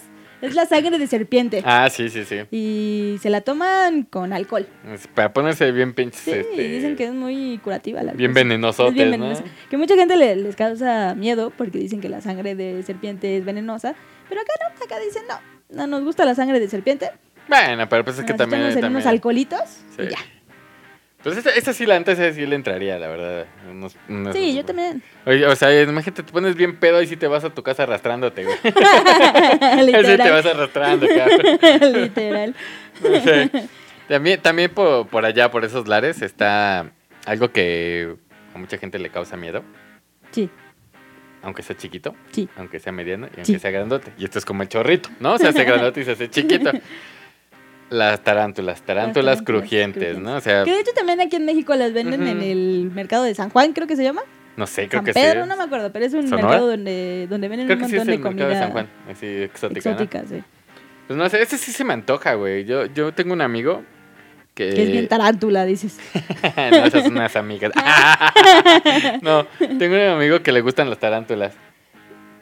B: es la sangre de serpiente.
A: Ah, sí, sí, sí.
B: Y se la toman con alcohol.
A: Es Para ponerse bien pinches.
B: Sí,
A: este,
B: y dicen que es muy curativa la
A: Bien
B: cosa.
A: venenosotes,
B: Es bien
A: ¿no?
B: venenosa. Que mucha gente le- les causa miedo porque dicen que la sangre de serpiente es venenosa. Pero acá no, acá dicen no. No nos gusta la sangre de serpiente.
A: Bueno, pero pues es que
B: nos
A: también.
B: echamos en unos
A: también-
B: alcoholitos
A: Sí.
B: y ya.
A: Pues esta, esta sí, la antes sí le entraría, la verdad. Unos- unos-
B: Sí,
A: [laughs]
B: yo también. [laughs]
A: Oye, o sea, imagínate, te pones bien pedo y si te vas a tu casa arrastrándote,
B: [laughs]
A: güey. [laughs] Ahí sí te vas
B: Literal.
A: arrastrando,
B: [laughs]
A: cabrón.
B: Literal.
A: Sí. También, también por, por allá, por esos lares, está algo que a mucha gente le causa miedo,
B: Sí,
A: aunque sea chiquito,
B: sí.
A: aunque sea mediano y aunque
B: Sí.
A: sea grandote. Y esto es como el chorrito, ¿no? Se hace grandote y se hace chiquito.
B: [laughs]
A: Las tarántulas, tarántulas
B: tarántulas
A: crujientes, ¿no? O sea,
B: Que de hecho también aquí en México las venden en
A: Ujú.
B: el mercado de San Juan, creo que se llama.
A: no sé, creo
B: San
A: que sí.
B: Pedro, no me acuerdo, pero es un
A: ¿Sonora?
B: mercado donde, donde venden
A: Creo
B: un
A: que sí
B: montón
A: es el
B: de
A: mercado
B: comida
A: de San Juan, así exótica, ¿no?
B: exótica, sí.
A: Pues no sé, ese sí se me antoja, güey. Yo, yo tengo un amigo que...
B: Que es
A: [laughs]
B: bien tarántula, dices. [laughs]
A: eh, no, esas son unas amigas.
B: Ah.
A: [laughs] no, tengo un amigo que le gustan las tarántulas.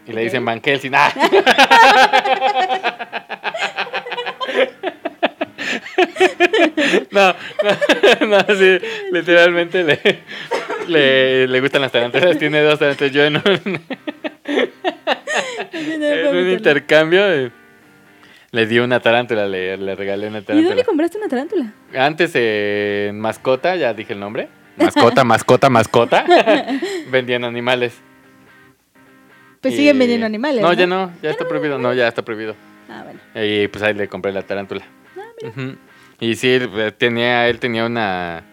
A: Y le
B: Ok.
A: dicen Van Helsing. ¡Ah! [laughs] no, no, [laughs] no, sí, literalmente le, le, le gustan las tarántulas. Tiene dos tarántulas. Yo en un, en Eh, un
B: ¿Y
A: intercambio eh, le di una tarántula, le, le regalé una tarántula.
B: dónde compraste una tarántula?
A: Antes en mascota, ya dije el nombre. Mascota, mascota, mascota. [laughs] Vendían animales.
B: Pues
A: Y-
B: siguen vendiendo animales.
A: No, ya no, ya está prohibido. No, ya está prohibido.
B: Ah, bueno.
A: Y pues ahí le compré la tarántula.
B: Ah,
A: Ujú. Y sí, él, pues, tenía, él tenía una.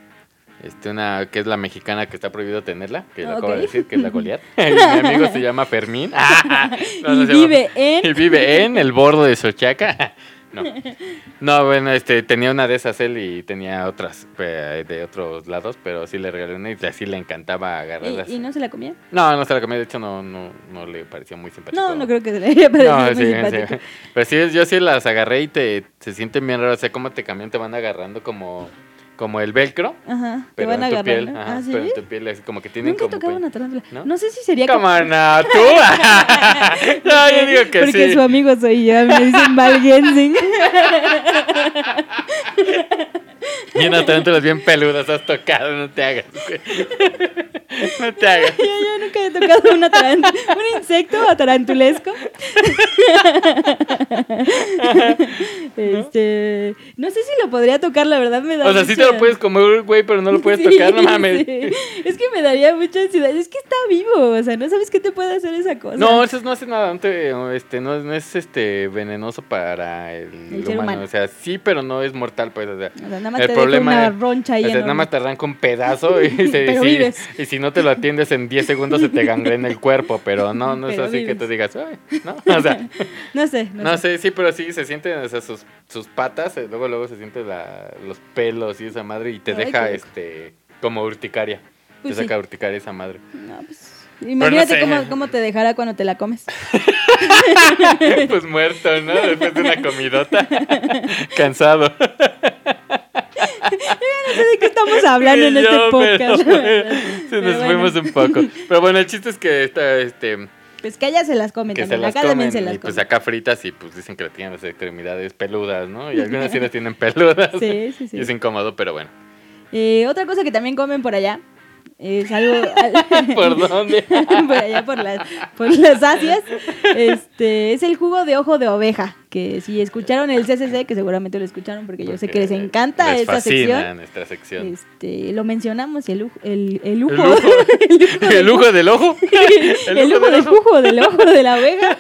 A: Este, una que es la mexicana que está prohibido tenerla, que lo acabo de
B: Ah, Ok.
A: decir, que es la
B: [laughs]
A: Goliat. Y [laughs] mi amigo se llama Fermín. [laughs] No, no
B: y
A: se llama- [laughs]
B: vive
A: y
B: en.
A: vive en el borde de Sochaca. [laughs] No. No, bueno, este, tenía una de esas él y tenía otras eh, de otros lados, pero sí le regalé una y así le encantaba agarrarlas.
B: ¿Y, y no se la comía?
A: no, no se la comí, de hecho no, no, no le pareció muy simpático.
B: No, no creo que se le haya parecido
A: No,
B: muy
A: sí,
B: simpático.
A: sí. Pero sí, yo sí las agarré y te, se sienten bien raras, o sea, cómo te cambian, te van agarrando como, como el velcro,
B: Ajá, te
A: pero
B: van a
A: en tu
B: agarrar.
A: piel,
B: ¿no?
A: ajá,
B: ah, sí.
A: pero en tu piel, así como que tienen
B: Nunca he
A: como...
B: tocado una tarántula.
A: ¿No?
B: ¿No? sé si sería como-
A: ¿Cómo
B: [laughs]
A: no? ¿Tú? [laughs] no, yo digo que
B: Porque
A: sí.
B: su amigo soy yo, a mí me
A: [laughs]
B: dicen Val [laughs] Gensing.
A: Y no tarántulas bien peludas has tocado, no te hagas,
B: [laughs]
A: güey. No te hagas.
B: yo, yo nunca he tocado una tarant- un insecto
A: [laughs]
B: o tarantulesco. [laughs] este, no sé si lo podría tocar, la verdad me da
A: O sea, sí te
B: mucha-
A: lo puedes comer, güey, pero no lo puedes
B: Sí,
A: tocar, no mames.
B: sí. Es que me daría mucha ansiedad. Es que está vivo, o sea, no sabes qué te puede hacer esa cosa.
A: No, eso no hace nada, no, te- este, no, no es este venenoso para el,
B: ser
A: humano.
B: humano.
A: O sea, sí, pero no es mortal, pues. O sea,
B: O sea, nada más
A: El
B: te deja
A: problema
B: una
A: es-
B: roncha ahí
A: o sea,
B: en
A: nada más te arranca un pedazo
B: [laughs]
A: y, te-
B: Pero
A: si,
B: vives.
A: y si no te lo atiendes en 10 segundos se te gangrena el cuerpo, pero no, no es
B: Pero
A: así que
B: vives.
A: te digas, "Ay", ¿no? O sea,
B: [laughs] No sé, no,
A: no
B: sé.
A: sé, sí, pero sí se sienten, o sea, sus, sus patas, eh, luego luego se sienten la- los pelos y esa madre y te
B: Ay,
A: deja
B: qué rico.
A: este como urticaria.
B: Pues
A: te saca
B: sí.
A: urticaria esa madre. [laughs]
B: No, pues, imagínate
A: sé.
B: cómo, cómo te dejará cuando te la comes. [laughs]
A: pues muerto, ¿no? Después de una
B: [laughs]
A: comidota. Cansado.
B: No sé de
A: [laughs]
B: qué estamos hablando en
A: Ni
B: este
A: yo, pero
B: [laughs] podcast. la verdad.
A: se
B: Pero
A: nos
B: bueno,
A: fuimos un poco. Pero bueno, el chiste es que esta, este,
B: Pues que allá se las comen
A: que se
B: también.
A: las
B: Acá
A: comen
B: también se las
A: y pues
B: comen.
A: acá fritas y pues dicen que le tienen las extremidades peludas, ¿no? Y algunas
B: [laughs]
A: sí las tienen peludas.
B: Sí, sí, sí.
A: Y es incómodo, pero bueno. [laughs]
B: Eh, otra cosa que también comen por allá es
A: [laughs]
B: algo.
A: ¿Por dónde?
B: [laughs] por allá, por las, por las Asias. Este, es el jugo de ojo de oveja. Que si escucharon el CCC, que seguramente lo escucharon porque yo sé que les
A: Porque
B: encanta
A: les
B: esta
A: fascina
B: sección.
A: nuestra sección.
B: Este, lo mencionamos, el, uj- el, el
A: El
B: ujo.
A: lujo.
B: [laughs] el ujo
A: [laughs] ¿El lujo del
B: del
A: ojo?
B: [laughs] el, ojo del jugo, del ojo de la [laughs] oveja.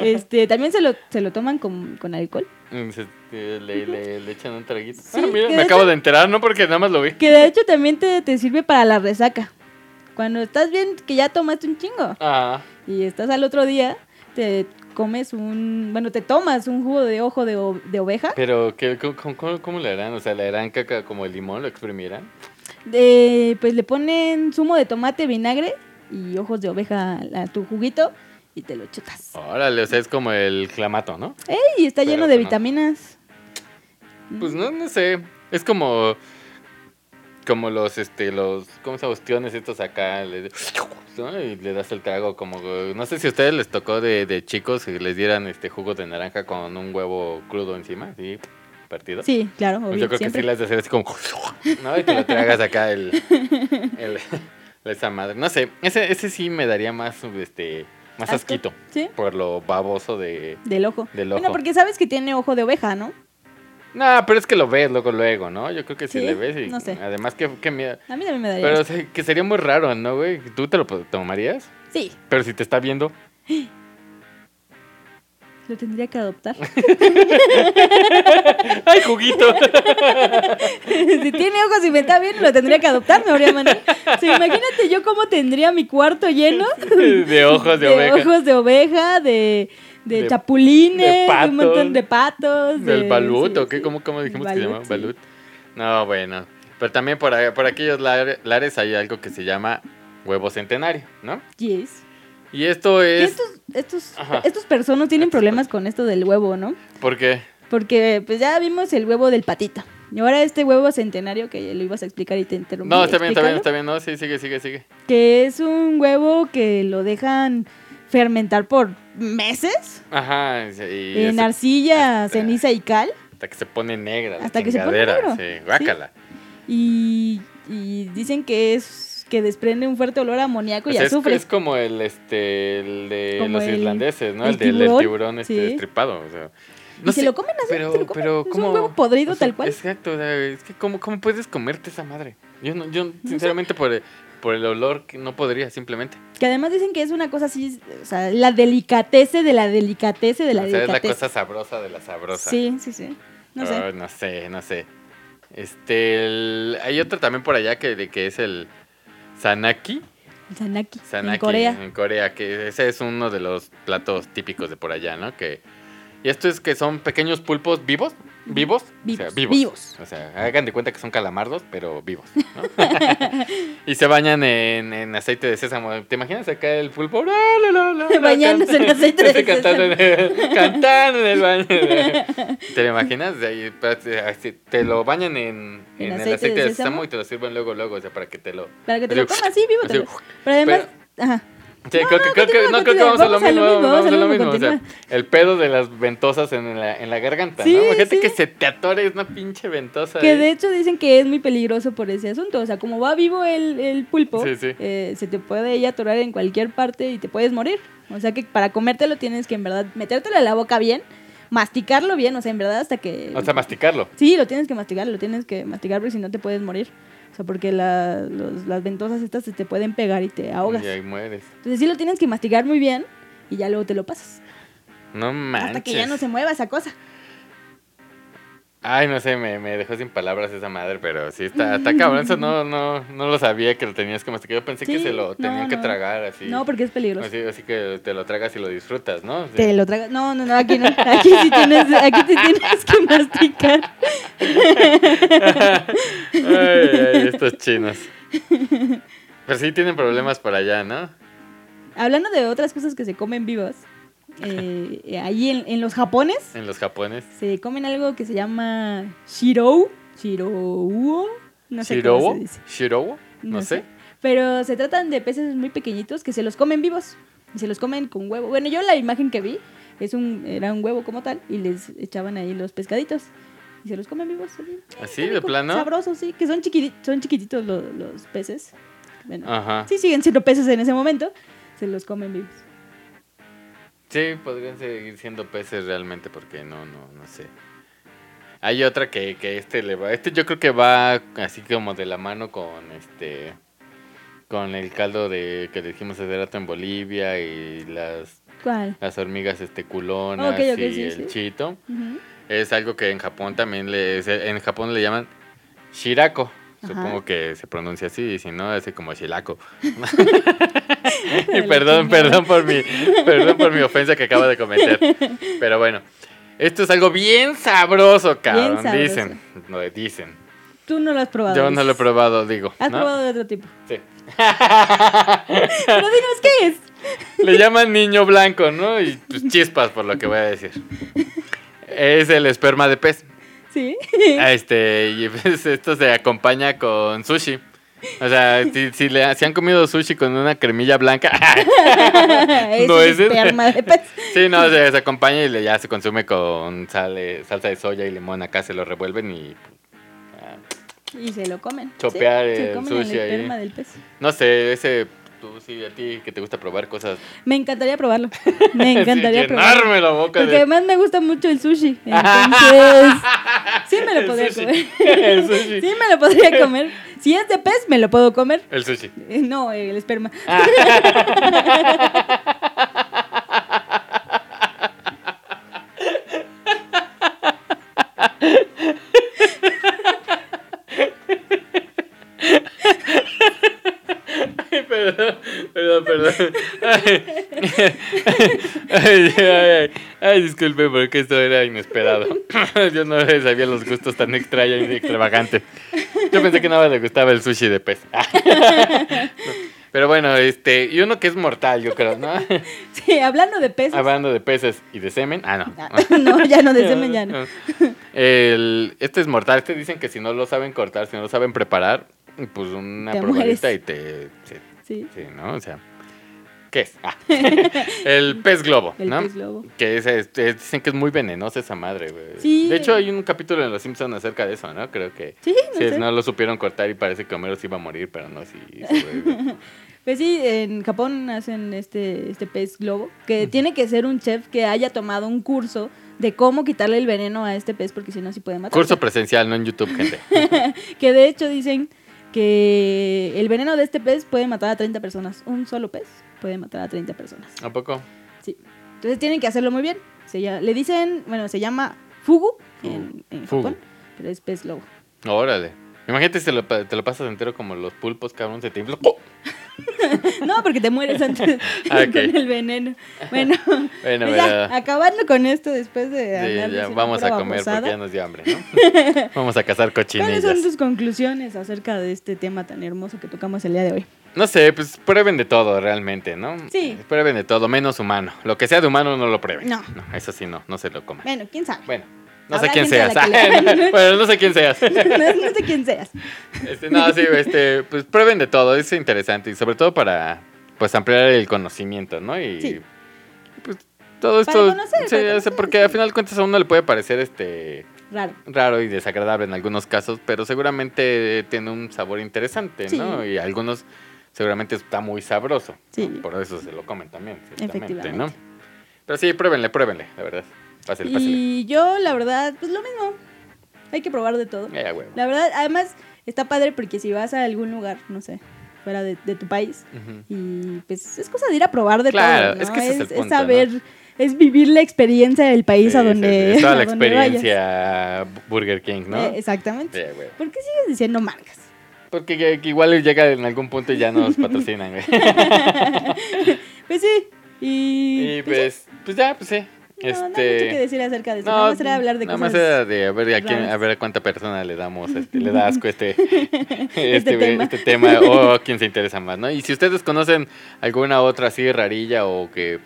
B: este, también se lo, se lo toman con, con alcohol.
A: Mm, se- eh, Le, le- le echan un traguito.
B: Sí,
A: Ah, mira,
B: que
A: me
B: de
A: acabo de enterar, ¿no? Porque nada más lo vi.
B: Que de hecho también te, te sirve para la resaca. Cuando estás bien, que ya tomaste un chingo
A: Ah,
B: y estás al otro día, te comes un. Bueno, te tomas un jugo de ojo de, o- de oveja.
A: pero ¿qué, cómo, cómo- cómo le harán? O sea, ¿le harán caca como el limón? ¿Lo exprimirán?
B: de- pues le ponen zumo de tomate, vinagre y ojos de oveja a tu juguito y te lo chutas.
A: Órale, o sea, es como el clamato, ¿no?
B: Y está
A: Pero
B: lleno de
A: con ojo.
B: vitaminas.
A: Pues no, no sé. Es como. Como los, este, los. ¿Cómo se llama? Ostiones estos acá. le- ¿no? Y le das el trago. Como. No sé si a ustedes les tocó de, de chicos que les dieran este jugo de naranja con un huevo crudo encima. Sí, partido.
B: Sí, claro,
A: Pues
B: obvio,
A: yo creo
B: siempre.
A: que sí las de hacer así como. ¿No? Y te lo tragas acá el. el esa madre. No sé. Ese, ese sí me daría más, este. Más
B: Asco.
A: asquito.
B: Sí.
A: Por lo baboso de.
B: Del ojo.
A: Del
B: Bueno,
A: ojo.
B: porque sabes que tiene ojo de oveja, ¿no?
A: No, pero es que lo ves luego, luego, ¿no? Yo creo que si
B: Sí,
A: le ves y...
B: no sé.
A: Además, que qué miedo.
B: A mí también me daría.
A: Pero
B: asco.
A: o sea, que sería muy raro, ¿no, güey? ¿Tú te lo po- tomarías?
B: Sí,
A: Pero si te está viendo...
B: lo tendría que adoptar. [laughs]
A: ¡Ay, juguito!
B: si tiene ojos y me está bien, lo tendría que adoptar, me habría mandado. O sea, imagínate yo cómo tendría mi cuarto lleno
A: de ojos de, oveja.
B: ojos de oveja, de, de
A: De-
B: chapulines,
A: de patos.
B: un montón de patos.
A: Del
B: de-
A: balut,
B: sí,
A: ¿o qué?
B: sí.
A: ¿Cómo, cómo dijimos que se
B: Balut,
A: llamaba?
B: sí.
A: Balut. No, bueno. Pero también por, a- por aquellos lar- lares hay algo que se llama huevo centenario, ¿no?
B: Yes.
A: Y esto
B: Y
A: es...
B: Estos, estos,
A: Ajá.
B: estos personas tienen
A: Estos
B: problemas con esto del huevo, ¿no?
A: ¿Por qué?
B: Porque pues ya vimos el huevo del patito. Y ahora este huevo centenario que lo ibas a explicar y te interrumpí.
A: No, está bien, está bien,
B: explícalo.
A: está bien. No, sí, sigue, sigue, sigue.
B: que es un huevo que lo dejan fermentar por meses
A: Ajá. y- y
B: en
A: ese- Ah,
B: arcilla,
A: hasta-
B: ceniza y cal
A: Hasta que se pone negra. la
B: Hasta que se pone
A: chingadera,
B: negro,
A: Sí, guácala.
B: y, y dicen que es que desprende un fuerte olor a amoníaco
A: O
B: y
A: sea, Pues es,
B: azufre.
A: es como el, este, el de
B: Como
A: los
B: el-
A: irlandeses, ¿no?
B: el
A: El, del del
B: tiburón,
A: tiburón este,
B: sí.
A: estripado. O sea,
B: Y se lo comen así,
A: pero,
B: se lo comen.
A: pero
B: es
A: ¿cómo?
B: un huevo
A: o
B: podrido
A: sea,
B: tal cual.
A: Exacto, o sea, es que ¿cómo, cómo puedes comerte esa madre? Yo, no, yo sinceramente, por, el- por el olor, que no podría, simplemente.
B: Que además dicen que es una cosa así, o sea, la delicatese de la delicatese de la
A: o sea, es la
B: delicatese.
A: cosa sabrosa de la sabrosa.
B: sí, sí, sí. No sé.
A: Oh, no sé, no sé. Este, el- hay otro también por allá que, que es el sanaki.
B: El sanaki,
A: Sanaki,
B: en Corea.
A: En Corea, que ese es uno de los platos típicos de por allá, ¿no? Que, y esto es que son pequeños pulpos vivos, vivos,
B: Vivos,
A: o sea, vivos.
B: vivos.
A: O sea, hagan de cuenta que son calamardos, pero vivos, ¿no?
B: [laughs]
A: y se bañan en, en aceite de sésamo. ¿Te imaginas acá el pulpo? La, la, la, la, la,
B: [laughs] Bañándose en
A: cantando-
B: aceite de
A: [laughs] cantando en el- cantando en el baño.
B: [laughs]
A: ¿Te lo imaginas? De ahí, pa- así, te lo bañan en,
B: En
A: en
B: aceite
A: el aceite
B: de
A: de
B: sésamo.
A: sésamo y te lo sirven luego, luego, o sea, para que te lo...
B: Para que te lo
A: así,
B: comas así, vivo.
A: así,
B: te lo- Pero además, ajá.
A: Sí, creo, que, creo que-
B: continúa,
A: no, creo que
B: continúa.
A: vamos a lo mismo. Vamos a lo mismo. o sea,
B: continúa.
A: el pedo de las ventosas en la, en la garganta,
B: Sí,
A: ¿no? Imagínate
B: sí.
A: que se te atore una pinche ventosa.
B: Que
A: ahí.
B: de hecho dicen que es muy peligroso por ese asunto. O sea, como va vivo el, el pulpo,
A: Sí, sí.
B: eh, se te puede ir a atorar en cualquier parte y te puedes morir. O sea que para comértelo tienes que en verdad metértelo en la boca bien, masticarlo bien, o sea, en verdad hasta que...
A: O sea, masticarlo.
B: sí, lo tienes que masticar, lo tienes que masticar porque si no te puedes morir. O sea, porque la- los- las ventosas estas se te pueden pegar y te ahogas.
A: Y ahí mueres.
B: Entonces sí lo tienes que mastigar muy bien y ya luego te lo pasas.
A: No manches.
B: Hasta que ya no se mueva esa cosa.
A: Ay, no sé, me, me dejó sin palabras esa madre, pero sí está,
B: Mm.
A: está cabrón. Eso no, no, no lo sabía que lo tenías que masticar. Yo pensé que
B: Sí,
A: se lo
B: no,
A: tenían que
B: no.
A: tragar así.
B: No, porque es peligroso.
A: así, así que te lo tragas y lo disfrutas, ¿no? Sí.
B: Te lo tragas. No, no, no, aquí no. Aquí sí tienes, aquí sí tienes que masticar.
A: Ay, ay, estos
B: [laughs]
A: chinos. Pero sí tienen problemas por allá, ¿no?
B: Hablando de otras cosas que se comen vivas, eh, eh, ahí en, en los japones
A: En los japones.
B: se comen algo que se llama shirou. Shirouo. No sé cómo
A: ¿Shirowo?
B: se dice.
A: ¿Shirowo? No,
B: No
A: sé.
B: sé. Pero se tratan de peces muy pequeñitos que se los comen vivos. Y se los comen con huevo. Bueno, yo la imagen que vi es un, era un huevo como tal y les echaban ahí los pescaditos. Y se los comen vivos. así.
A: ¿Así,
B: Está
A: ¿Ah, de
B: rico,
A: plano?
B: Sabroso, sí. Que son, chiquiti- son chiquititos lo- los peces. Bueno,
A: Ajá. Sí.
B: sí siguen siendo peces en ese momento. Se los comen vivos.
A: podrían seguir siendo peces realmente porque no, no, no sé. Hay otra que, que este le va. Este yo creo que va así como de la mano con este. Con el caldo de que dijimos hace rato en Bolivia y las,
B: ¿Cuál?
A: las hormigas este culonas
B: Ok, ok,
A: y
B: sí,
A: el
B: sí.
A: chito.
B: Ujú.
A: Es algo que en Japón también le se- en Japón le llaman shirako.
B: Ajá.
A: Supongo que se pronuncia así, y si no, hace como [laughs]
B: [laughs]
A: shirako. y
B: la
A: perdón,
B: chingada.
A: perdón por mi, perdón por mi ofensa que acabo de
B: [laughs]
A: cometer. Pero bueno, esto es algo bien sabroso, cabrón.
B: sabroso.
A: Dicen, no, dicen.
B: Tú no lo has probado.
A: Yo no lo he
B: Luis.
A: probado, digo.
B: Has
A: ¿no?
B: probado de otro tipo.
A: Sí.
B: [laughs] Pero dinos qué es.
A: Le llaman niño blanco, ¿no? Y pues, chispas por lo que voy a
B: [laughs]
A: decir. Es el esperma de pez.
B: Sí.
A: Ah, Este, y pues, esto se acompaña con sushi. O sea, si, si le, si han comido sushi con una cremilla blanca, [laughs]
B: [laughs]
A: [laughs]
B: es
A: no
B: un
A: es ese.
B: esperma
A: [laughs]
B: de pez.
A: sí, no, se, se acompaña y le- ya se consume con sal, eh, salsa de soya y limón. Acá se lo revuelven y
B: Y se lo comen.
A: Chopear
B: Sí,
A: el
B: Se comen el
A: sushi ahí.
B: esperma del pez.
A: no sé, ese, tú sí, a ti que te gusta probar cosas.
B: Me
A: [laughs]
B: encantaría probarlo. Me
A: sí,
B: encantaría probarlo.
A: llenarme la boca
B: Porque
A: de. [laughs]
B: además me gusta mucho el sushi. Entonces, sí me lo podría
A: el sushi.
B: comer.
A: [laughs] El sushi.
B: Sí me lo podría
A: [laughs]
B: comer. Si es de pez, me lo puedo comer.
A: El sushi.
B: Eh, No, el esperma.
A: Ah. Ay, perdón, perdón, perdón. Ay, ay, ay, ay, ay, disculpe porque esto era inesperado. [laughs] Yo no sabía los gustos tan extraños y extravagantes. Yo pensé que nada más le gustaba el sushi de pez. [laughs] Pero bueno, este, y uno que es mortal, yo creo, ¿no?
B: [laughs] Sí, hablando de peces.
A: Hablando de peces y de semen. Ah, no.
B: Ah, [laughs] No, ya no, de semen
A: [laughs]
B: ya no.
A: El, este es mortal. Este dicen que si no lo saben cortar, si no lo saben preparar, pues una
B: Te
A: probadita
B: mueres.
A: y te, se-
B: Sí,
A: Sí, ¿no? O sea, ¿qué es? Ah, [laughs] el pez globo,
B: el
A: ¿no?
B: pez globo.
A: Que es, este, dicen que es muy venenosa esa madre, güey.
B: Sí.
A: De hecho, hay un capítulo en Los Simpsons acerca de eso, ¿no? Creo que
B: Sí, no
A: sí,
B: sé.
A: no lo supieron cortar y parece que Homero se iba a morir, pero no, sí.
B: [laughs]
A: sobrevivió.
B: Pues sí, en Japón hacen este, este pez globo, que tiene que ser un chef que haya tomado un curso de cómo quitarle el veneno a este pez, porque si no, sí puede matar.
A: Curso presencial, no en YouTube, gente.
B: Que de hecho dicen que el veneno de este pez puede matar a 30 personas. Un solo pez puede matar a 30 personas.
A: ¿A poco?
B: Sí. Entonces tienen que hacerlo muy bien. Se llama- le dicen, bueno, se llama fugu en, en
A: Fugu.
B: Japón, pero es pez lobo.
A: Órale. Imagínate si te lo, pa- te lo pasas entero como los pulpos, cabrón, se te infla.
B: [laughs] No, porque te mueres
A: [laughs]
B: antes
A: Ah, Ok.
B: con el veneno. Bueno,
A: [laughs] Bueno,
B: pues
A: pero-
B: ya, acabando con esto después de
A: Sí,
B: andar
A: ya
B: diciendo
A: vamos a
B: pura
A: comer
B: babosada,
A: porque ya nos dio hambre, ¿no? [laughs] Vamos a cazar
B: ¿Cuáles
A: cochinillas.
B: son tus conclusiones acerca de este tema tan hermoso que tocamos el día de hoy?
A: No sé, pues prueben de todo realmente, ¿no?
B: Sí.
A: Prueben de todo, menos humano. Lo que sea de humano no lo prueben.
B: No.
A: eso sí, no, no se lo coman.
B: Bueno, quién sabe. [laughs]
A: Bueno, no
B: Habrá
A: sé quién
B: gente a
A: seas.
B: la que le-
A: [laughs] bueno, no sé quién seas.
B: no, no sé quién seas.
A: Este, no, sí, este, pues prueben de todo, es interesante y sobre todo para pues ampliar el conocimiento, ¿no? Y
B: Sí.
A: pues todo
B: Para
A: esto sí,
B: conocer, para
A: o sea,
B: conocer,
A: porque
B: sí.
A: al final de cuentas a uno le puede parecer este
B: Raro.
A: raro y desagradable en algunos casos, pero seguramente tiene un sabor interesante,
B: Sí.
A: ¿no? Y algunos seguramente está muy sabroso.
B: Sí.
A: ¿no? Por eso se lo comen también, ciertamente, ¿no?
B: Efectivamente.
A: Pero sí, pruébenle, pruébenle, la verdad. Fácil, fácil.
B: Y yo, la verdad, pues lo mismo. Hay que probar de todo.
A: Eh, a huevo.
B: La verdad, además, Está padre porque si vas a algún lugar, no sé, fuera de, de tu país,
A: Ujú.
B: y pues es cosa de ir a probar de
A: Claro,
B: todo. ¿no?
A: es que ese es el punto,
B: saber, es vivir la experiencia del país
A: Sí,
B: a
A: sí,
B: donde.
A: sí,
B: [laughs]
A: es Toda la
B: a donde
A: experiencia Burger King, ¿no?
B: vayas. Eh, exactamente.
A: Sí, güey.
B: ¿Por qué sigues diciendo marcas?
A: Porque que- que igual llega en algún punto y ya
B: [laughs]
A: nos patrocinan, güey.
B: Pues sí. Y.
A: Y pues, pues ya, pues sí.
B: no, no hay mucho que
A: este.
B: decir acerca de eso. nada más era hablar de
A: nada
B: cosas.
A: más era de a ver a, quién,
B: raras.
A: a ver a cuánta persona le damos, este, le da asco
B: [laughs]
A: este, este,
B: tema.
A: este tema o a quién se interesa más, ¿no? Y si ustedes conocen alguna otra así rarilla o que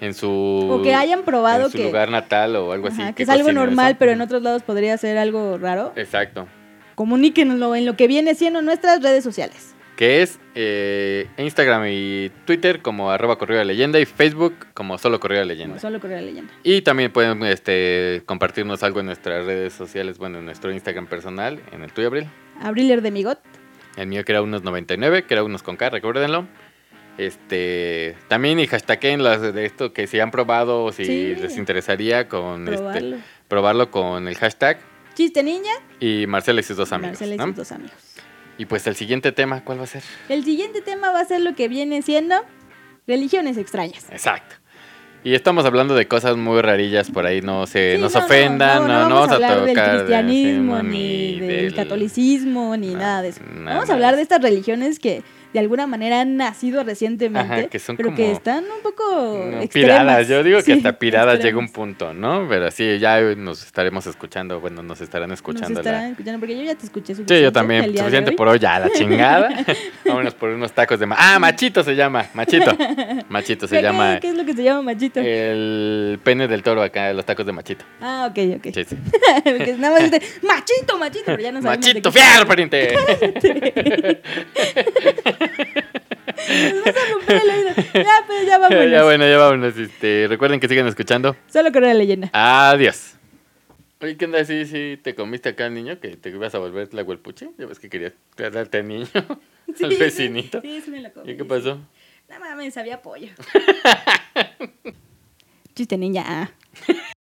A: en su,
B: O que hayan probado
A: en su
B: que.
A: lugar natal o algo así.
B: Ajá, que
A: que
B: es algo
A: cocinen
B: normal,
A: eso.
B: pero en otros lados podría ser algo raro.
A: Exacto.
B: Comuníquenlo en lo que viene siendo nuestras redes sociales.
A: que es eh, Instagram y Twitter como arroba correo de leyenda y Facebook como solo correo de
B: Como
A: leyenda.
B: Solo Correo de Leyenda.
A: Y también pueden este, compartirnos algo en nuestras redes sociales, bueno, en nuestro Instagram personal, en el tuyo, Abril.
B: Abriler de Migot.
A: El mío que era unos 99, que era unos con K, recuérdenlo. Este, también y hashtaguen las de esto que si han probado o si
B: Sí.
A: les interesaría con este,
B: Probarlo.
A: probarlo con el hashtag
B: Chiste niña.
A: y Marcela y sus dos amigos.
B: Marcela y
A: ¿no?
B: sus dos amigos.
A: Y pues el siguiente tema, ¿cuál va a ser?
B: El siguiente tema va a ser lo que viene siendo religiones extrañas.
A: Exacto. Y estamos hablando de cosas muy rarillas por ahí, no se
B: Sí,
A: nos
B: no, no,
A: ofendan, no, no vamos, a,
B: hablar
A: tocar
B: del
A: de- sí,
B: cristianismo,
A: no,
B: ni, del,
A: catolicismo
B: catolicismo, ni
A: na-
B: nada de eso.
A: nada
B: Vamos
A: de
B: a hablar
A: eso.
B: de estas religiones que de alguna manera han nacido recientemente,
A: Ajá, que son
B: pero que
A: como-
B: están un poco extremas.
A: Piradas, yo digo que
B: Sí, [laughs]
A: hasta piradas llega un
B: extremas.
A: punto, ¿no? Pero sí, ya nos estaremos escuchando, bueno, nos estarán
B: Nos
A: escuchando. la-
B: estarán escuchando porque yo ya te escuché suficiente.
A: Sí, yo
B: el
A: también,
B: día de
A: suficiente
B: hoy.
A: por hoy, ya, la
B: [laughs]
A: chingada. Vámonos por unos tacos de... ma- ah, machito se llama, machito. Machito
B: ¿Qué-
A: se llama Eh,
B: ¿Qué es lo que se llama machito?
A: el pene del toro acá, los tacos de machito.
B: ah, ok, ok.
A: Sí, sí.
B: [laughs] Porque nada más dice, machito, machito, pero ya no sabemos de
A: Machito,
B: qué-
A: fierro, pariente.
B: Nos vas a romper
A: [laughs]
B: el oído. Ya, pues, ya [laughs] vámonos.
A: Ya bueno, ya vámonos. Este, recuerden que sigan escuchando.
B: Solo con
A: [laughs]
B: la leyenda.
A: Adiós. Oye, ¿qué onda? Sí, sí, te comiste acá al niño que te ibas a volver la huelpuche. Ya ves que querías tratarte al niño, [laughs]
B: Sí,
A: al vecinito.
B: Sí, sí me lo comí.
A: ¿Y qué pasó? [laughs]
B: ah. No mames, sabía pollo. Chiste niña.